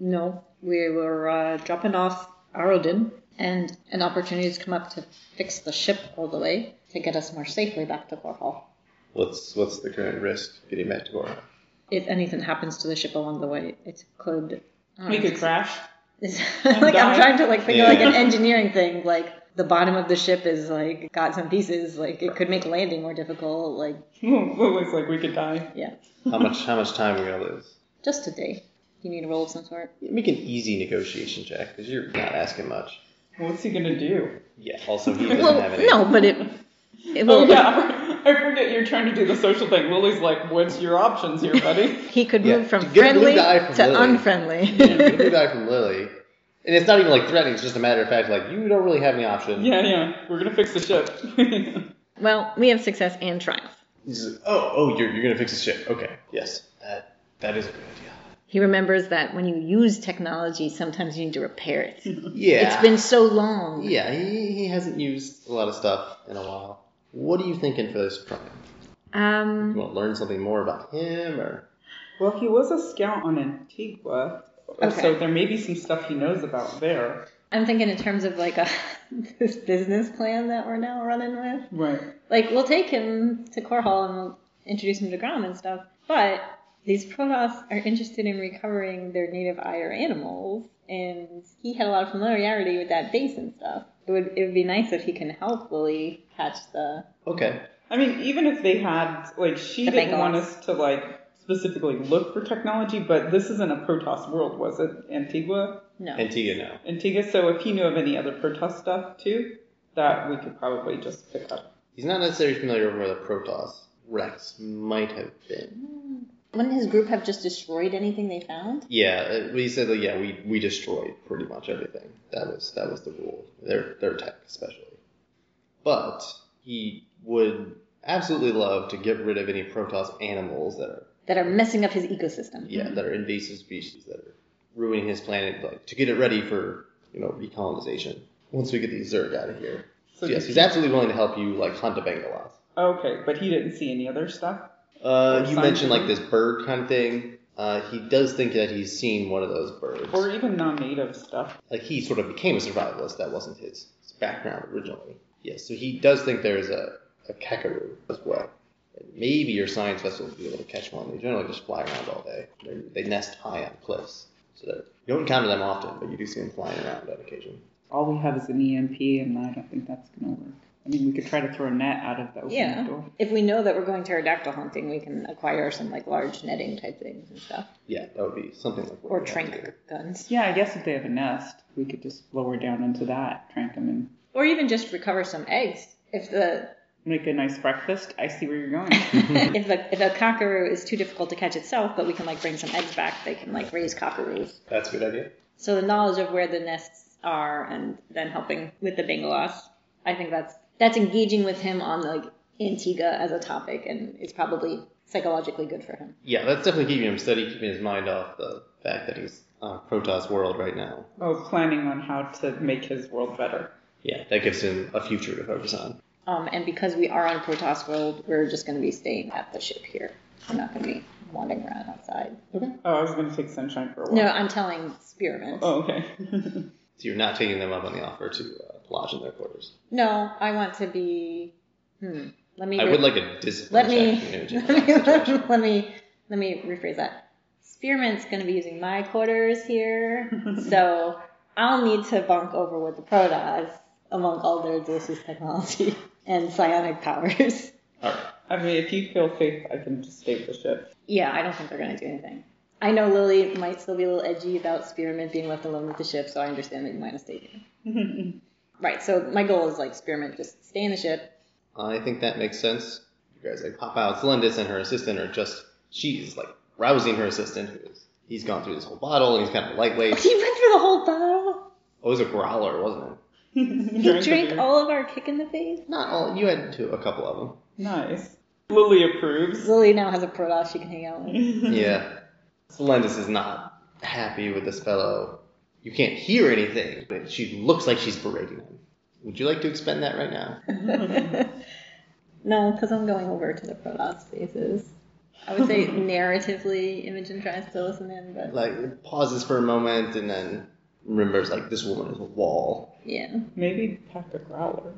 Speaker 5: No, we were uh, dropping off Arodin, and an opportunity has come up to fix the ship all the way to get us more safely back to Korhal.
Speaker 3: What's what's the current risk getting back to Core? Hall?
Speaker 5: If anything happens to the ship along the way, it could. I don't
Speaker 4: Make
Speaker 5: know,
Speaker 4: it crash.
Speaker 5: Is- like I'm
Speaker 4: dying.
Speaker 5: trying to like think of like
Speaker 3: Yeah.
Speaker 5: an engineering thing. Like the bottom of the ship is like got some pieces. Like it could make landing more difficult. Like
Speaker 4: Lily's like, we could die.
Speaker 5: yeah,
Speaker 3: How much how much time are we gonna lose?
Speaker 5: just today. You need a roll of some sort.
Speaker 3: Make an easy negotiation check because you're not asking much.
Speaker 4: What's he gonna do?
Speaker 3: Yeah. Also, he doesn't
Speaker 5: well,
Speaker 3: have any.
Speaker 5: no, but it. it
Speaker 4: Oh
Speaker 5: will,
Speaker 4: yeah, I forget you're trying to do the social thing. Lily's like, what's your options here, buddy?
Speaker 5: He could
Speaker 3: Yeah,
Speaker 5: move from
Speaker 3: to get a blue
Speaker 5: friendly
Speaker 3: die from
Speaker 5: to
Speaker 3: Lily.
Speaker 5: unfriendly.
Speaker 3: Yeah, you do die from Lily, and it's not even like threatening. It's just a matter of fact. Like you don't really have any option.
Speaker 4: yeah, yeah, we're gonna fix the ship.
Speaker 5: well, we have success and triumph.
Speaker 3: He's like, oh, oh, you're, you're gonna fix this ship. Okay. Yes. That that is a good idea.
Speaker 5: He remembers that when you use technology, sometimes you need to repair it.
Speaker 3: Yeah.
Speaker 5: It's been so long.
Speaker 3: Yeah, he, he hasn't used a lot of stuff in a while. What are you thinking for this crime?
Speaker 5: Um,
Speaker 3: You want to learn something more about him, or
Speaker 4: well, he was a scout on Antigua, so
Speaker 5: Okay.
Speaker 4: there may be some stuff he knows about there.
Speaker 5: I'm thinking in terms of like a this business plan that we're now running with.
Speaker 4: Right.
Speaker 5: Like we'll take him to Korhal and we'll introduce him to Grom and stuff. But these Protoss are interested in recovering their native Iyer animals, and he had a lot of familiarity with that base and stuff. It would it would be nice if he can help Lily catch the
Speaker 3: okay,
Speaker 4: I mean, even if they had, like, she
Speaker 5: The
Speaker 4: didn't
Speaker 5: Bengalas.
Speaker 4: want us to, like, specifically look for technology, but this isn't a Protoss world, was it? Antigua?
Speaker 5: no.
Speaker 3: Antigua now.
Speaker 4: Antigua, so if he knew of any other Protoss stuff, too, that we could probably just pick up.
Speaker 3: He's not necessarily familiar with where the Protoss Rex might have been.
Speaker 5: Wouldn't his group have just destroyed anything they found?
Speaker 3: Yeah, uh, we said that. Yeah, we, we destroyed pretty much everything. That was that was the rule. Their their tech especially. But he would absolutely love to get rid of any Protoss animals that are
Speaker 5: That are messing up his ecosystem.
Speaker 3: yeah
Speaker 4: Mm-hmm.
Speaker 3: that are invasive species that are ruining his planet. Like to get it ready for you know recolonization. Once we get these Zerg out of here,
Speaker 4: So
Speaker 3: yes,
Speaker 4: did
Speaker 3: he's
Speaker 4: he-
Speaker 3: absolutely willing to help you like hunt a Bengalas.
Speaker 4: Okay, but he didn't see any other stuff?
Speaker 3: Uh,
Speaker 4: Or
Speaker 3: you
Speaker 4: sign
Speaker 3: mentioned like
Speaker 4: something.
Speaker 3: this bird kind of thing. Uh, he does think that he's seen one of those birds.
Speaker 4: Or even non native stuff.
Speaker 3: like he sort of became a survivalist. That wasn't his background originally. Yes, so he does think there is a, a kakaroo as well. And maybe your science vessel will be able to catch one. They generally just fly around all day. They're, they nest high on cliffs, so they're, you don't encounter them often, but you do see them flying around on occasion.
Speaker 4: All we have is an EMP, and I don't think that's going to work. I mean, we could try to throw a net out of the open
Speaker 5: Yeah.
Speaker 4: door.
Speaker 5: If we know that we're going pterodactyl hunting, we can acquire some like large netting type things and stuff,
Speaker 3: Yeah, that would be something like what
Speaker 5: or
Speaker 3: we have
Speaker 5: trank
Speaker 3: here.
Speaker 5: guns,
Speaker 4: Yeah, I guess if they have a nest, we could just lower down into that, trank them, and
Speaker 5: or even just recover some eggs. If the
Speaker 4: make a nice breakfast. I see where you're going.
Speaker 5: if the if a cockaroo is too difficult to catch itself, but we can like bring some eggs back, they can like raise cockaroos.
Speaker 3: That's a good idea.
Speaker 5: So the knowledge of where the nests are, and then helping with the bengalas, I think that's that's engaging with him on like Antigua as a topic, and it's probably psychologically good for him.
Speaker 3: Yeah, that's definitely keeping him steady, keeping his mind off the fact that he's on Protoss world right now.
Speaker 4: oh, planning on how to make his world better.
Speaker 3: Yeah, that gives him a future to focus on.
Speaker 5: Um, and because we are on Protoss World, we're just going to be staying at the ship here. We're not going to be wandering around outside.
Speaker 4: Oh, I was going to take sunshine for a while.
Speaker 5: No, I'm telling Spearmint.
Speaker 4: Oh, okay.
Speaker 3: So you're not taking them up on the offer to uh, lodge in their quarters.
Speaker 5: No, I want to be. Hmm. Let me.
Speaker 3: I
Speaker 5: re-
Speaker 3: would like a discipline
Speaker 5: Let
Speaker 3: check
Speaker 5: me.
Speaker 3: from Imogen
Speaker 5: Let me.
Speaker 3: in that situation.
Speaker 5: Let me. Let me rephrase that. Spearmint's going to be using my quarters here, so I'll need to bunk over with the Protoss among all their delicious technology and psionic powers.
Speaker 3: All right.
Speaker 4: I mean, if you feel safe, I can just stay the ship.
Speaker 5: Yeah, I don't think they're going to do anything. I know Lily might still be a little edgy about Spearmint being left alone with the ship, so I understand that you might have stayed here. right, so my goal is like Spearmint just stay in the ship.
Speaker 3: I think that makes sense. You guys like pop out. Celendis and her assistant are just she's like rousing her assistant who is he's gone through this whole bottle and he's kind of lightweight.
Speaker 5: He went through the whole bottle.
Speaker 3: Oh, it was a growler, wasn't it?
Speaker 5: You drink all of our kick in the face?
Speaker 3: Not all. You had to a couple of
Speaker 4: Nice. Lily approves.
Speaker 5: Lily now has a Protoss she can hang out with.
Speaker 3: them. yeah. Solandis is not happy with this fellow. You can't hear anything, but she looks like she's berating him. Would you like to expend that right now?
Speaker 5: No, because I'm going over to the Protoss spaces. I would say narratively, Imogen tries to listen in, but
Speaker 3: Like pauses for a moment and then remembers like this woman is a wall.
Speaker 5: yeah.
Speaker 4: Maybe pack a growler.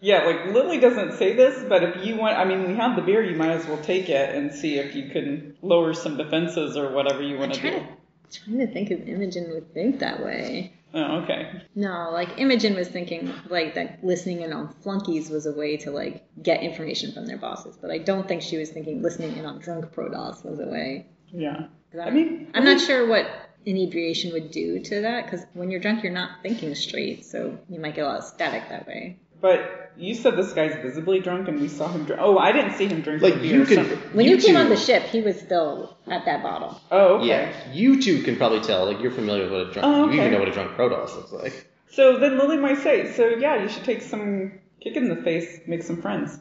Speaker 4: Yeah, like Lily doesn't say this, but if you want, I mean, we have the beer, you might as well take it and see if you can lower some defenses or whatever you want to
Speaker 5: trying
Speaker 4: do.
Speaker 5: to, trying to think if Imogen would think that way.
Speaker 4: Oh, okay.
Speaker 5: No, like Imogen was thinking like that listening in on flunkies was a way to like get information from their bosses, but I don't think she was thinking listening in on drunk Protoss was a way.
Speaker 4: Yeah.
Speaker 5: 'Cause
Speaker 4: I
Speaker 5: I'm-
Speaker 4: mean,
Speaker 5: I'm not sure what inebriation would do to that because when you're drunk, you're not thinking straight, so you might get a lot of static that way.
Speaker 4: but you said this guy's visibly drunk, and we saw him drink. Oh, I didn't see him drink the
Speaker 3: Like
Speaker 4: beer.
Speaker 3: you can.
Speaker 4: so-
Speaker 5: When you, came
Speaker 3: two-
Speaker 5: on the ship, he was still at that bottle.
Speaker 4: Oh, okay.
Speaker 3: Yeah, you two can probably tell. Like you're familiar with what a drunk.
Speaker 4: Oh,
Speaker 3: You
Speaker 4: okay.
Speaker 3: even know what a drunk Protoss looks like.
Speaker 4: So then Lily might say, so yeah, you should take some kick in the face, make some friends.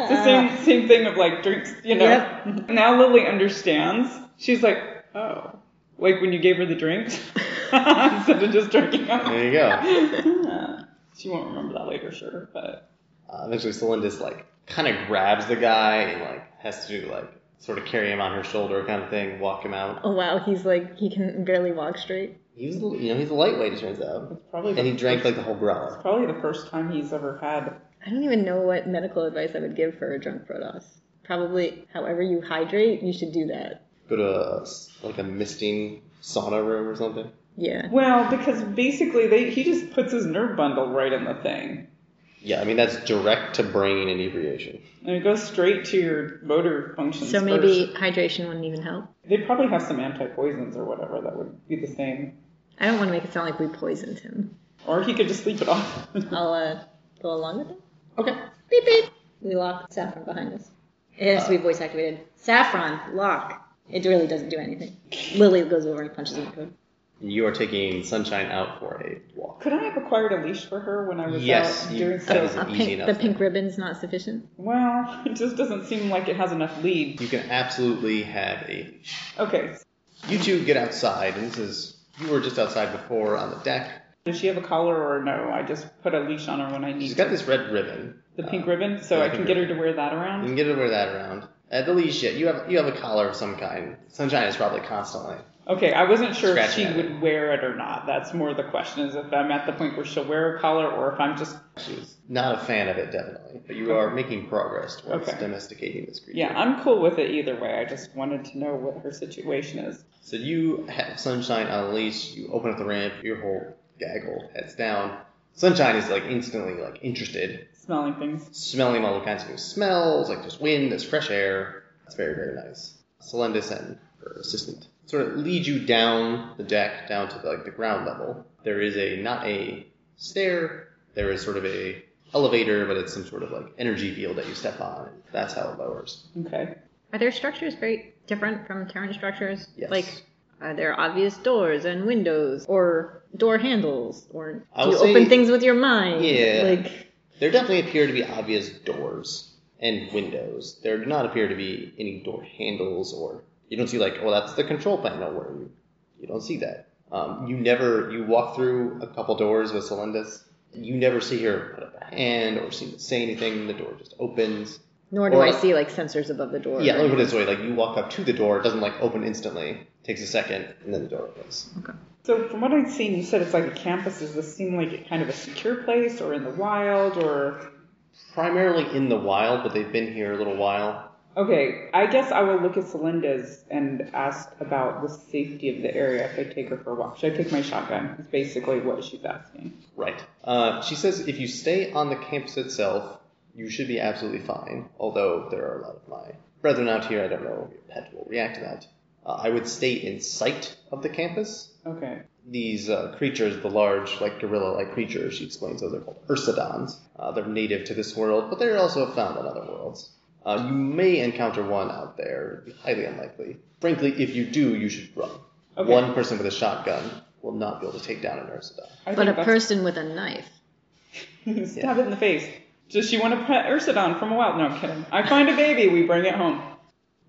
Speaker 4: It's the same same thing of like drinks, you know. Now Lily understands. She's like, oh, like when you gave her the drinks instead of just drinking them.
Speaker 3: There you go.
Speaker 4: she won't remember that later, sure, but
Speaker 3: Uh, eventually, Celindus like kind of grabs the guy and like has to like sort of carry him on her shoulder, kind of thing, walk him out.
Speaker 5: Oh wow, he's like he can barely walk straight.
Speaker 3: He was, you know, he's a lightweight. It turns out,
Speaker 4: it's probably
Speaker 3: and
Speaker 4: the,
Speaker 3: he drank like the whole growler.
Speaker 4: probably the first time he's ever had.
Speaker 5: I don't even know what medical advice I would give for a drunk Protoss. Probably, however you hydrate, you should do that.
Speaker 3: Go to a s like a misting sauna room or something.
Speaker 5: Yeah.
Speaker 4: Well, because basically they he just puts his nerve bundle right in the thing.
Speaker 3: Yeah, I mean that's direct to brain inebriation.
Speaker 4: And it goes straight to your motor functions.
Speaker 5: So maybe
Speaker 4: first.
Speaker 5: hydration wouldn't even help.
Speaker 4: they probably have some anti poisons or whatever that would be the same.
Speaker 5: I don't want to make it sound like we poisoned him.
Speaker 4: Or he could just sleep it off.
Speaker 5: I'll uh, go along with it.
Speaker 3: Okay.
Speaker 5: Beep beep. We lock Saffron behind us. It has to be
Speaker 3: Oh.
Speaker 5: voice activated. Saffron, lock. It really doesn't do anything. Lily goes over and punches him in the code.
Speaker 3: You are taking Sunshine out for a walk.
Speaker 4: could I have acquired a leash for her when I was
Speaker 3: Yes,
Speaker 4: out
Speaker 3: you-
Speaker 4: doing
Speaker 3: that
Speaker 4: so?
Speaker 3: is- Easy
Speaker 5: Pink,
Speaker 3: enough
Speaker 5: the
Speaker 3: then.
Speaker 5: pink ribbon's not sufficient.
Speaker 4: Well, it just doesn't seem like it has enough lead.
Speaker 3: You can absolutely have a.
Speaker 4: Okay.
Speaker 3: You two get outside, and this is you were just outside before on the deck.
Speaker 4: Does she have a collar or no? I just put a leash on her when I
Speaker 3: She's
Speaker 4: need
Speaker 3: got this red ribbon.
Speaker 4: the pink
Speaker 3: Uh,
Speaker 4: ribbon, so
Speaker 3: yeah,
Speaker 4: I
Speaker 3: pink
Speaker 4: can get her
Speaker 3: ribbon.
Speaker 4: to wear that
Speaker 3: You
Speaker 4: around.
Speaker 3: can get over that around. At the least, yeah, you have you have a collar of some kind. Sunshine is probably constantly.
Speaker 4: Okay, I wasn't sure if
Speaker 3: Scratch
Speaker 4: she
Speaker 3: at it.
Speaker 4: would wear it or not. That's more the question is if I'm at the point where she'll wear a collar or if I'm just
Speaker 3: She's not a fan of it, definitely. But you are making progress towards
Speaker 4: Okay.
Speaker 3: domesticating this creature.
Speaker 4: yeah, I'm cool with it either way. I just wanted to know what her situation is.
Speaker 3: So you have Sunshine on a leash. You open up the ramp. Your whole gaggle heads down. Sunshine is like instantly like interested,
Speaker 4: Smelling things.
Speaker 3: smelling all kinds of new smells. Like there's wind, there's fresh air. It's very very nice. Celendis and her assistant sort of lead you down the deck down to like the ground level. There is a not a stair. There is sort of a elevator, but it's some sort of like energy field that you step on. And that's how it lowers.
Speaker 4: Okay.
Speaker 5: Are their structures very different from Terran structures?
Speaker 3: Yes.
Speaker 5: Like, are there obvious doors and windows or door handles? Or
Speaker 3: I
Speaker 5: do you
Speaker 3: would say-
Speaker 5: open things with your mind?
Speaker 3: Yeah.
Speaker 5: Like,
Speaker 3: There definitely appear to be obvious doors and windows. There do not appear to be any door handles or you don't see like, oh, that's the control panel where you, you don't see that. Um, you never you walk through a couple doors with Celendis. You never see her put up a hand or see, say anything. The door just opens.
Speaker 5: nor do
Speaker 3: Or-
Speaker 5: I see like sensors above the door.
Speaker 3: Yeah, let me put it this way: like you walk up to the door, it doesn't like open instantly. Takes a second, and then the door opens.
Speaker 4: So from what I'd seen, you said it's like a campus. Does this seem like kind of a secure place or in the wild or
Speaker 3: Primarily in the wild, but they've been here a little while.
Speaker 4: Okay, I guess I will look at Celinda's and ask about the safety of the area if I take her for a walk. Should I take my shotgun? Is basically what she's asking.
Speaker 3: Right. Uh, she says if you stay on the campus itself, you should be absolutely fine. Although there are a lot of my brethren out here, I don't know if your pet will react to that. Uh, I would stay in sight of the campus.
Speaker 4: Okay.
Speaker 3: These uh, creatures, the large, like gorilla-like creatures, she explains those are called ursidons. Uh, they're native to this world, but they're also found on other worlds. Uh, you may encounter one out there. It'd be highly unlikely. Frankly, if you do, you should run.
Speaker 4: Okay.
Speaker 3: One person with a shotgun will not be able to take down an Ursodon.
Speaker 4: I
Speaker 5: But a
Speaker 4: think that's-
Speaker 5: person with a knife.
Speaker 4: Stab it in the face. Does she want to pet Ursidon from a wild? No, I'm kidding. I find a baby, we bring it home.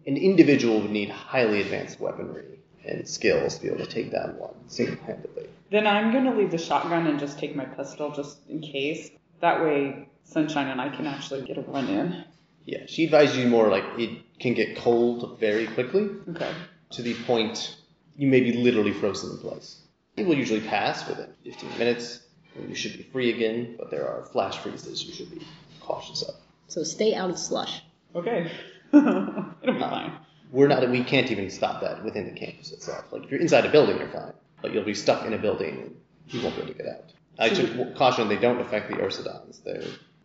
Speaker 3: An individual would need highly advanced weaponry and skills to be able to take down one single-handedly.
Speaker 4: Then I'm gonna leave the shotgun and just take my pistol just in case. That way, Sunshine and I can actually get a run in.
Speaker 3: Yeah, she advised you more like it can get cold very quickly
Speaker 4: Okay.
Speaker 3: to the point you may be literally frozen in place. It will usually pass within 15 minutes, and you should be free again, but there are flash freezes you should be cautious of.
Speaker 5: So stay out of slush.
Speaker 4: Okay. It'll be fine.
Speaker 3: We're not, we can't even stop that within the campus itself. Like, if you're inside a building, you're fine, but you'll be stuck in a building and you won't be able to get out. I
Speaker 4: So
Speaker 3: should w- caution they don't affect the Ursidons. They're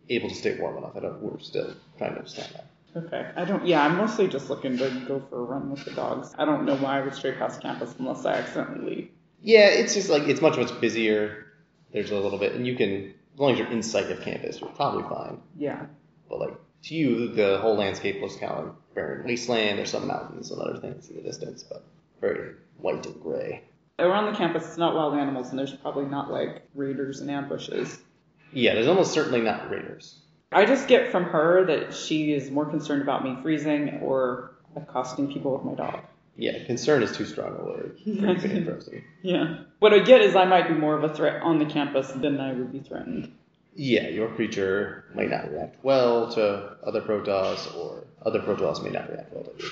Speaker 3: able to stay warm enough. I don't, we're still trying to understand that.
Speaker 4: Okay. I don't. Yeah, I'm mostly just looking to go for a run with the dogs. I don't know why I would stray past campus unless I accidentally leave.
Speaker 3: Yeah, it's just like it's much much busier. There's a little bit, and you can as long as you're inside of campus, you're probably fine.
Speaker 4: Yeah.
Speaker 3: But like to you, the whole landscape looks kind of barren wasteland. There's some mountains and other things in the distance, but very white and gray.
Speaker 4: Around the campus, it's not wild animals, and there's probably not like raiders and ambushes.
Speaker 3: Yeah, there's almost certainly not raiders.
Speaker 4: I just get from her that she is more concerned about me freezing or accosting people with my dog.
Speaker 3: Yeah, concern is too strong a word. for you being frozen.
Speaker 4: Yeah. What I get is I might be more of a threat on the campus than I would be threatened.
Speaker 3: Yeah, your creature might not react well to other Protoss, or other Protoss may not react well to it.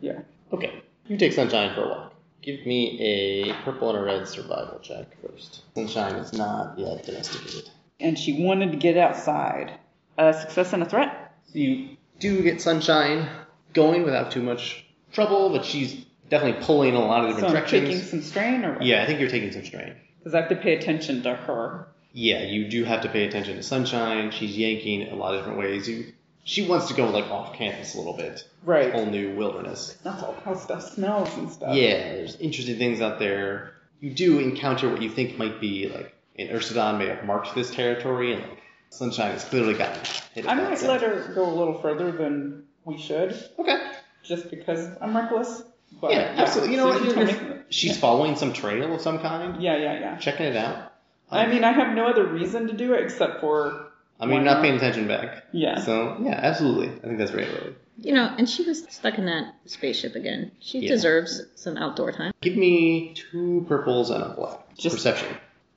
Speaker 4: Yeah.
Speaker 3: Okay. You take Sunshine for a walk. Give me a purple and a red survival check first. Sunshine is not yet domesticated.
Speaker 4: And she wanted to get outside. A success and a threat?
Speaker 3: So you do get Sunshine going without too much trouble, but she's definitely pulling in a lot of
Speaker 4: So
Speaker 3: different
Speaker 4: I'm
Speaker 3: directions.
Speaker 4: taking some strain or what?
Speaker 3: Yeah, I think you're taking some strain.
Speaker 4: Because I have to pay attention to her.
Speaker 3: Yeah, you do have to pay attention to Sunshine. She's yanking a lot of different ways. You, she wants to go like off campus a little bit,
Speaker 4: Right. Uh-huh.
Speaker 3: whole new wilderness.
Speaker 4: That's all how stuff smells and stuff.
Speaker 3: Yeah, there's interesting things out there. You do encounter what you think might be like an Ursodon may have marked this territory, and like, Sunshine has clearly gotten hit.
Speaker 4: I
Speaker 3: at
Speaker 4: might
Speaker 3: that
Speaker 4: let her go a little further than we should,
Speaker 3: Okay.
Speaker 4: just because I'm reckless. But
Speaker 3: Yeah, absolutely. You know
Speaker 4: so
Speaker 3: what?
Speaker 4: you
Speaker 3: You're-
Speaker 4: told me-
Speaker 3: She's following some trail of some kind,
Speaker 4: Yeah, yeah, yeah.
Speaker 3: checking it out.
Speaker 4: I mean, I have no other reason to do it except for
Speaker 3: I mean,
Speaker 4: why
Speaker 3: you're not
Speaker 4: not?
Speaker 3: paying attention back.
Speaker 4: yeah.
Speaker 3: So yeah, absolutely. I think that's right. Lily.
Speaker 5: You know, and she was stuck in that spaceship again. She
Speaker 3: Yeah.
Speaker 5: deserves some outdoor time.
Speaker 3: Give me two purples and a black.
Speaker 4: Just-
Speaker 3: perception.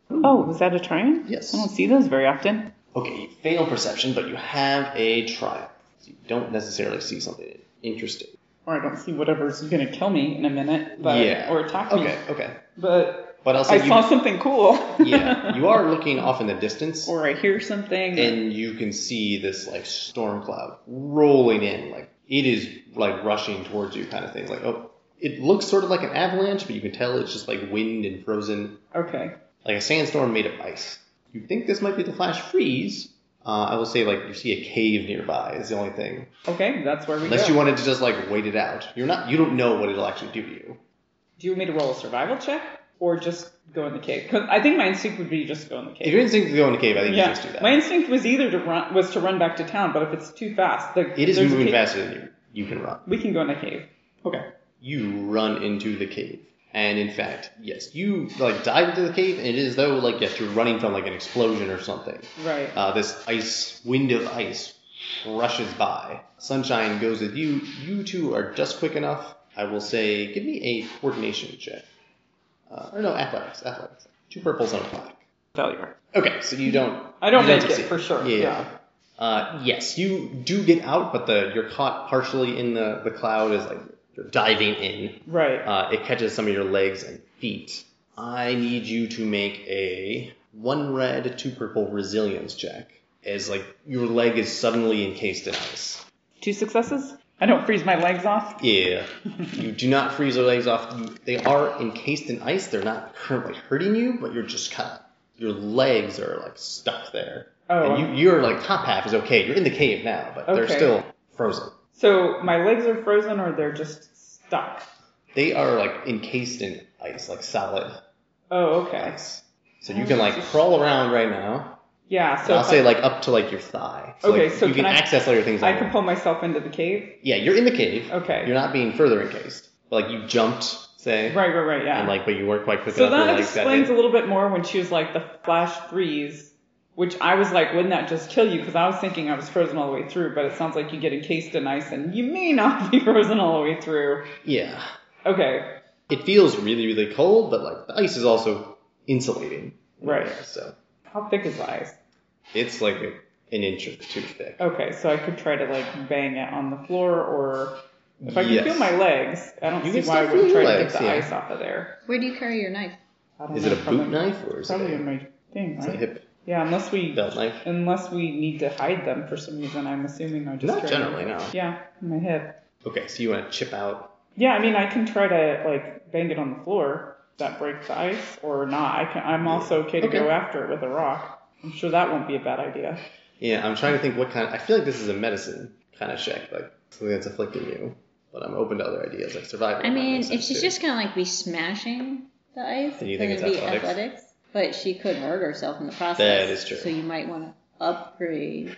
Speaker 4: Oh, was that a train?
Speaker 3: Yes.
Speaker 4: I don't see those very often.
Speaker 3: Okay, you fail perception, but you have a triumph. You don't necessarily see something interesting.
Speaker 4: Or I don't see whatever's going to kill me in a minute, but
Speaker 3: yeah.
Speaker 4: or attack me.
Speaker 3: Okay. Okay.
Speaker 4: But
Speaker 3: But I'll say
Speaker 4: I
Speaker 3: you
Speaker 4: saw something cool.
Speaker 3: yeah, you are looking off in the distance,
Speaker 4: or I hear something.
Speaker 3: and you can see this like storm cloud rolling in, like it is like rushing towards you, kind of thing. Like oh, it looks sort of like an avalanche, but you can tell it's just like wind and frozen,
Speaker 4: okay.
Speaker 3: like a sandstorm made of ice. You think this might be the flash freeze? Uh, I will say like you see a cave nearby is the only thing.
Speaker 4: Okay, that's where we
Speaker 3: Unless
Speaker 4: go.
Speaker 3: you wanted to just like wait it out, you're not. You don't know what it'll actually do to you.
Speaker 4: Do you want me to roll a survival check or just go in the cave? 'Cause I think my instinct would be just go in the
Speaker 3: If
Speaker 4: cave.
Speaker 3: your instinct is to go in the cave, I think
Speaker 4: yeah,
Speaker 3: you just do that.
Speaker 4: my instinct was either to run was to run back to town, but if it's too fast, the,
Speaker 3: it is
Speaker 4: there's a
Speaker 3: moving
Speaker 4: cave-
Speaker 3: faster than you. You can run.
Speaker 4: We can go in the cave.
Speaker 3: Okay. You run into the cave. And in fact, yes, you like dive into the cave, and it is though like yes, you're running from like an explosion or something.
Speaker 4: Right.
Speaker 3: Uh, this ice wind of ice rushes by. Sunshine goes with you. You two are just quick enough. I will say, give me a coordination check. Uh, or no, athletics, athletics. Two purples and a black.
Speaker 4: Failure.
Speaker 3: Okay, so you don't.
Speaker 4: I don't
Speaker 3: you don't
Speaker 4: make it
Speaker 3: succeed.
Speaker 4: for sure.
Speaker 3: Yeah.
Speaker 4: yeah.
Speaker 3: Uh, yes, you do get out, but the you're caught partially in the the cloud as like you're diving in.
Speaker 4: Right.
Speaker 3: Uh, it catches some of your legs and feet. I need you to make a one red, two purple resilience check. As like your leg is suddenly encased in ice.
Speaker 4: Two successes. I don't freeze my legs off.
Speaker 3: Yeah, you do not freeze your legs off. You, they are encased in ice. They're not currently hurting you, but you're just kind of your legs are like stuck there.
Speaker 4: Oh,
Speaker 3: and you, your like top half is okay. You're in the cave now, but they're
Speaker 4: Okay.
Speaker 3: still frozen.
Speaker 4: so my legs are frozen or they're just stuck.
Speaker 3: They are like encased in ice, like solid
Speaker 4: Oh, okay.
Speaker 3: ice. So you can like crawl around right now.
Speaker 4: Yeah. So
Speaker 3: I'll
Speaker 4: if
Speaker 3: say
Speaker 4: I,
Speaker 3: like up to like your thigh. So
Speaker 4: Okay,
Speaker 3: like,
Speaker 4: so
Speaker 3: you can,
Speaker 4: can I-
Speaker 3: access all your things.
Speaker 4: I
Speaker 3: on
Speaker 4: can
Speaker 3: your-
Speaker 4: pull myself into the cave.
Speaker 3: yeah, you're in the cave.
Speaker 4: Okay.
Speaker 3: You're not being further encased. But, like you jumped, say.
Speaker 4: Right, right, right, yeah.
Speaker 3: And like, but you weren't quite quick
Speaker 4: So
Speaker 3: enough.
Speaker 4: that
Speaker 3: to, like,
Speaker 4: explains
Speaker 3: that
Speaker 4: a little bit more when she was like the flash freeze, which I was like, wouldn't that just kill you? Because I was thinking I was frozen all the way through, but it sounds like you get encased in ice and you may not be frozen all the way through.
Speaker 3: yeah,
Speaker 4: Okay,
Speaker 3: it feels really, really cold, but like the ice is also insulating.
Speaker 4: Right.
Speaker 3: So
Speaker 4: how thick is the ice?
Speaker 3: it's like a, an inch or two thick.
Speaker 4: Okay, so I could try to like bang it on the floor, or if I could
Speaker 3: Yes.
Speaker 4: feel my legs, I don't
Speaker 3: You
Speaker 4: see
Speaker 3: can
Speaker 4: why I
Speaker 3: still
Speaker 4: would
Speaker 3: feel
Speaker 4: try
Speaker 3: your
Speaker 4: to
Speaker 3: legs,
Speaker 4: get the
Speaker 3: yeah.
Speaker 4: ice off of there.
Speaker 5: Where do you carry your knife?
Speaker 4: I don't
Speaker 3: Is
Speaker 4: know,
Speaker 3: it a
Speaker 4: probably-
Speaker 3: boot knife or is it
Speaker 4: Probably
Speaker 3: a,
Speaker 4: in my thing,
Speaker 3: it's a
Speaker 4: right?
Speaker 3: hip
Speaker 4: Yeah, unless we
Speaker 3: belt knife?
Speaker 4: unless we need to hide them for some reason. I'm assuming I just
Speaker 3: Not
Speaker 4: carry-
Speaker 3: generally, no.
Speaker 4: Yeah, in my hip.
Speaker 3: Okay, so you want to chip out?
Speaker 4: Yeah, I mean, I can try to like bang it on the floor. Does That break the ice or not? I can. I'm also okay to
Speaker 3: Okay.
Speaker 4: go after it with a rock. I'm sure that won't be a bad idea.
Speaker 3: Yeah, I'm trying to think what kind. I feel like this is a medicine kind of check, like something that's afflicting you. But I'm open to other ideas, like survival.
Speaker 5: I
Speaker 3: might make
Speaker 5: mean,
Speaker 3: sense,
Speaker 5: if she's
Speaker 3: too.
Speaker 5: just gonna like be smashing the ice,
Speaker 3: Then you
Speaker 5: then
Speaker 3: think
Speaker 5: it'd
Speaker 3: it's
Speaker 5: be
Speaker 3: athletics?
Speaker 5: athletics. But she could hurt herself in the process.
Speaker 3: That is true.
Speaker 5: So you might want to upgrade.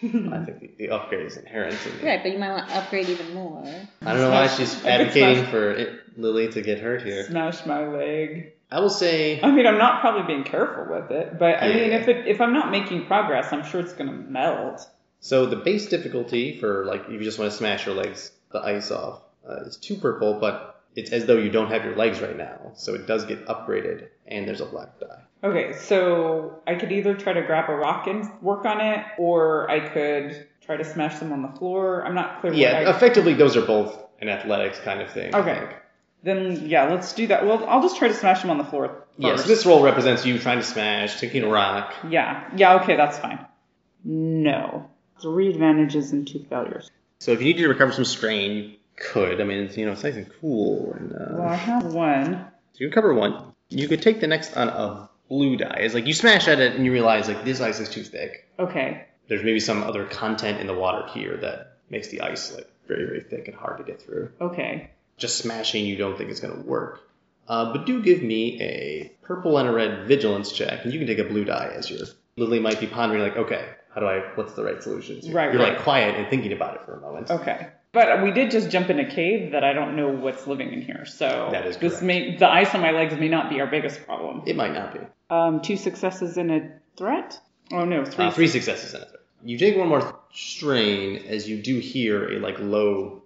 Speaker 3: I think the, the upgrade is inherent. In it.
Speaker 5: Right, but you might want to upgrade even more.
Speaker 3: I don't know why
Speaker 4: Smash-
Speaker 3: she's
Speaker 4: I could
Speaker 3: advocating
Speaker 4: smash-
Speaker 3: for it, Lily to get hurt here.
Speaker 4: Smash my leg.
Speaker 3: I will say,
Speaker 4: I mean, I'm not probably being careful with it, but I
Speaker 3: Yeah,
Speaker 4: mean,
Speaker 3: yeah.
Speaker 4: if it, if I'm not making progress, I'm sure it's gonna melt.
Speaker 3: so the base difficulty for like if you just want to smash your legs, the ice off, uh, is two purple, but it's as though you don't have your legs right now, so it does get upgraded, and there's a black die.
Speaker 4: Okay, so I could either try to grab a rock and work on it, or I could try to smash them on the floor. I'm not clear.
Speaker 3: Yeah,
Speaker 4: what I,
Speaker 3: effectively those are both an athletics kind of thing. I
Speaker 4: Okay.
Speaker 3: think.
Speaker 4: Then yeah, let's do that. Well, I'll just try to smash them on the floor. First.
Speaker 3: Yeah, so this roll represents you trying to smash, taking a rock.
Speaker 4: Yeah. Yeah, okay, that's fine. No. Three advantages and two failures.
Speaker 3: So if you needed to recover some strain, you could. I mean, it's, you know, it's nice and cool. And, uh,
Speaker 4: Well, I have one.
Speaker 3: So you cover one. You could take the next on a blue die. It's like you smash at it and you realize like this ice is too thick.
Speaker 4: Okay.
Speaker 3: There's maybe some other content in the water here that makes the ice like very very thick and hard to get through.
Speaker 4: Okay.
Speaker 3: Just smashing you don't think it's gonna work. Uh, but do give me a purple and a red vigilance check, and you can take a blue die as your Lily might be pondering like, okay, how do I? What's the right solution? So
Speaker 4: Right,
Speaker 3: You're
Speaker 4: right.
Speaker 3: like quiet and thinking about it for a moment.
Speaker 4: Okay. But we did just jump in a cave that I don't know what's living in here. So
Speaker 3: That is
Speaker 4: this
Speaker 3: correct.
Speaker 4: may the ice on my legs may not be our biggest problem.
Speaker 3: It might not be.
Speaker 4: Um two successes and a threat? Oh no, three.
Speaker 3: Uh, three successes in it. You take one more strain as you do hear a like low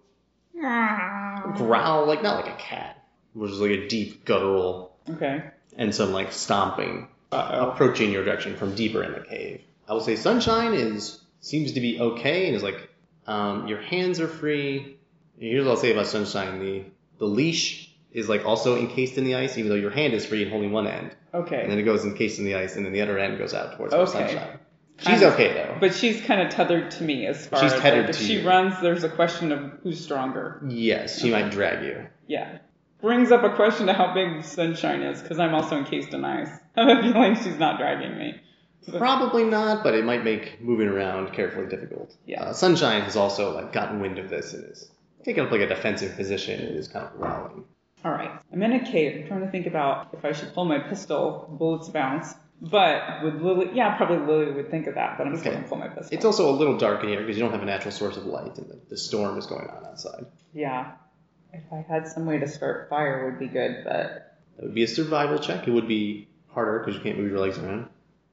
Speaker 3: growl, like not like a cat, which is like a deep guttural
Speaker 4: Okay.
Speaker 3: and some like stomping uh,
Speaker 4: Uh-oh.
Speaker 3: approaching your direction from deeper in the cave. I will say sunshine is seems to be okay and is like um, your hands are free. And Here's what I'll say about sunshine: the the leash is like also encased in the ice, even though your hand is free and holding one end, and
Speaker 4: Okay.
Speaker 3: then it goes encased in the ice, and then the other end goes out towards
Speaker 4: Okay.
Speaker 3: sunshine. She's
Speaker 4: Kind of-
Speaker 3: okay though.
Speaker 4: But she's kind of tethered to me as far
Speaker 3: She's
Speaker 4: as like,
Speaker 3: tethered
Speaker 4: if
Speaker 3: to
Speaker 4: she
Speaker 3: you.
Speaker 4: runs, there's a question of who's stronger.
Speaker 3: Yes, she might drag you.
Speaker 4: Yeah. Brings up a question to how big Sunshine is, because I'm also encased in ice. I have a feeling she's not dragging me.
Speaker 3: Probably not, but it might make moving around carefully difficult.
Speaker 4: Yeah.
Speaker 3: Uh, Sunshine has also like gotten wind of this and is taking up like a defensive position and is kind of growling.
Speaker 4: All right. I'm in a cave. I'm trying to think about if I should pull my pistol. Bullets bounce. But with Lily, yeah, probably Lily would think of that, but I'm just
Speaker 3: Okay.
Speaker 4: going to pull my pistol.
Speaker 3: It's also a little dark in here because you don't have a natural source of light and the, the storm is going on outside.
Speaker 4: yeah. If I had some way to start fire would be good, but
Speaker 3: That would be a survival check. It would be harder because you can't move your legs around.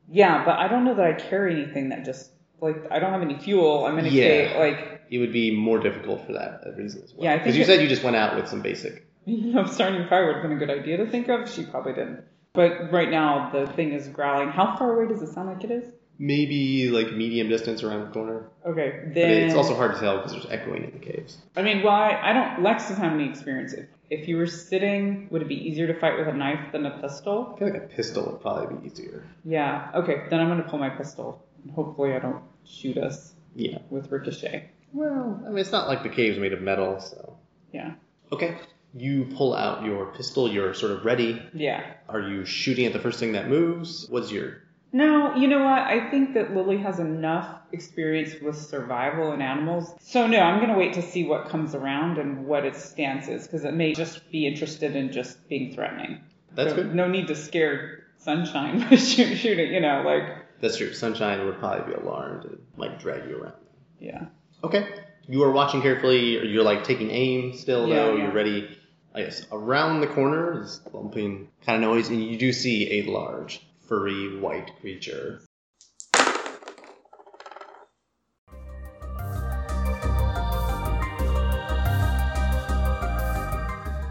Speaker 4: yeah, but I don't know that I carry anything that just like I don't have any fuel. I'm in a
Speaker 3: Yeah.
Speaker 4: cave like
Speaker 3: It would be more difficult for that uh, reason as well.
Speaker 4: Yeah, I think
Speaker 3: because you
Speaker 4: it-
Speaker 3: said you just went out with some basic.
Speaker 4: You know, starting a fire would have been a good idea to think of. She probably didn't. But right now, the thing is growling. How far away does it sound like it is?
Speaker 3: Maybe like medium distance around the corner.
Speaker 4: Okay, then.
Speaker 3: But it's also hard to tell because there's echoing in the caves.
Speaker 4: I mean, why? I don't. Lex doesn't have any experience. If, if you were sitting, would it be easier to fight with a knife than a pistol?
Speaker 3: I feel like a pistol would probably be easier.
Speaker 4: Yeah. Okay, then I'm going to pull my pistol. And hopefully, I don't shoot us
Speaker 3: Yeah.
Speaker 4: with ricochet.
Speaker 3: Well, I mean, it's not like the cave's made of metal, so.
Speaker 4: Yeah.
Speaker 3: Okay. You pull out your pistol, you're sort of ready.
Speaker 4: Yeah.
Speaker 3: Are you shooting at the first thing that moves? What's your.
Speaker 4: No, you know what? I think that Lily has enough experience with survival and animals. So, no, I'm going to wait to see what comes around and what its stance is because it may just be interested in just being threatening.
Speaker 3: That's
Speaker 4: So
Speaker 3: good.
Speaker 4: No need to scare Sunshine by shoot, shooting, you know, like,
Speaker 3: That's true. Sunshine would probably be alarmed and might drag you around.
Speaker 4: yeah.
Speaker 3: Okay. You are watching carefully, or you're like taking aim still,
Speaker 4: Yeah,
Speaker 3: though.
Speaker 4: yeah.
Speaker 3: You're ready. I guess around the corner, this bumping kind of noise, and you do see a large, furry, white creature.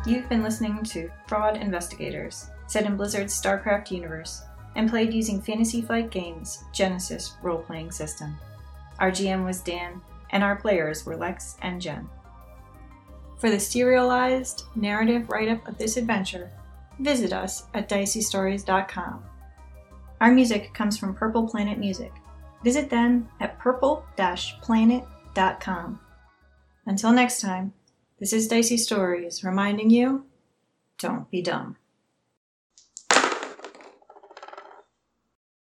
Speaker 1: You've been listening to Fraud Investigators, set in Blizzard's StarCraft universe, and played using Fantasy Flight Games' Genesis role playing system. Our GM was Dan, and our players were Lex and Jen. For the serialized narrative write up of this adventure, visit us at diceystories.com. Our music comes from Purple Planet Music. Visit them at purple planet.com. Until next time, this is Dicey Stories reminding you don't be dumb.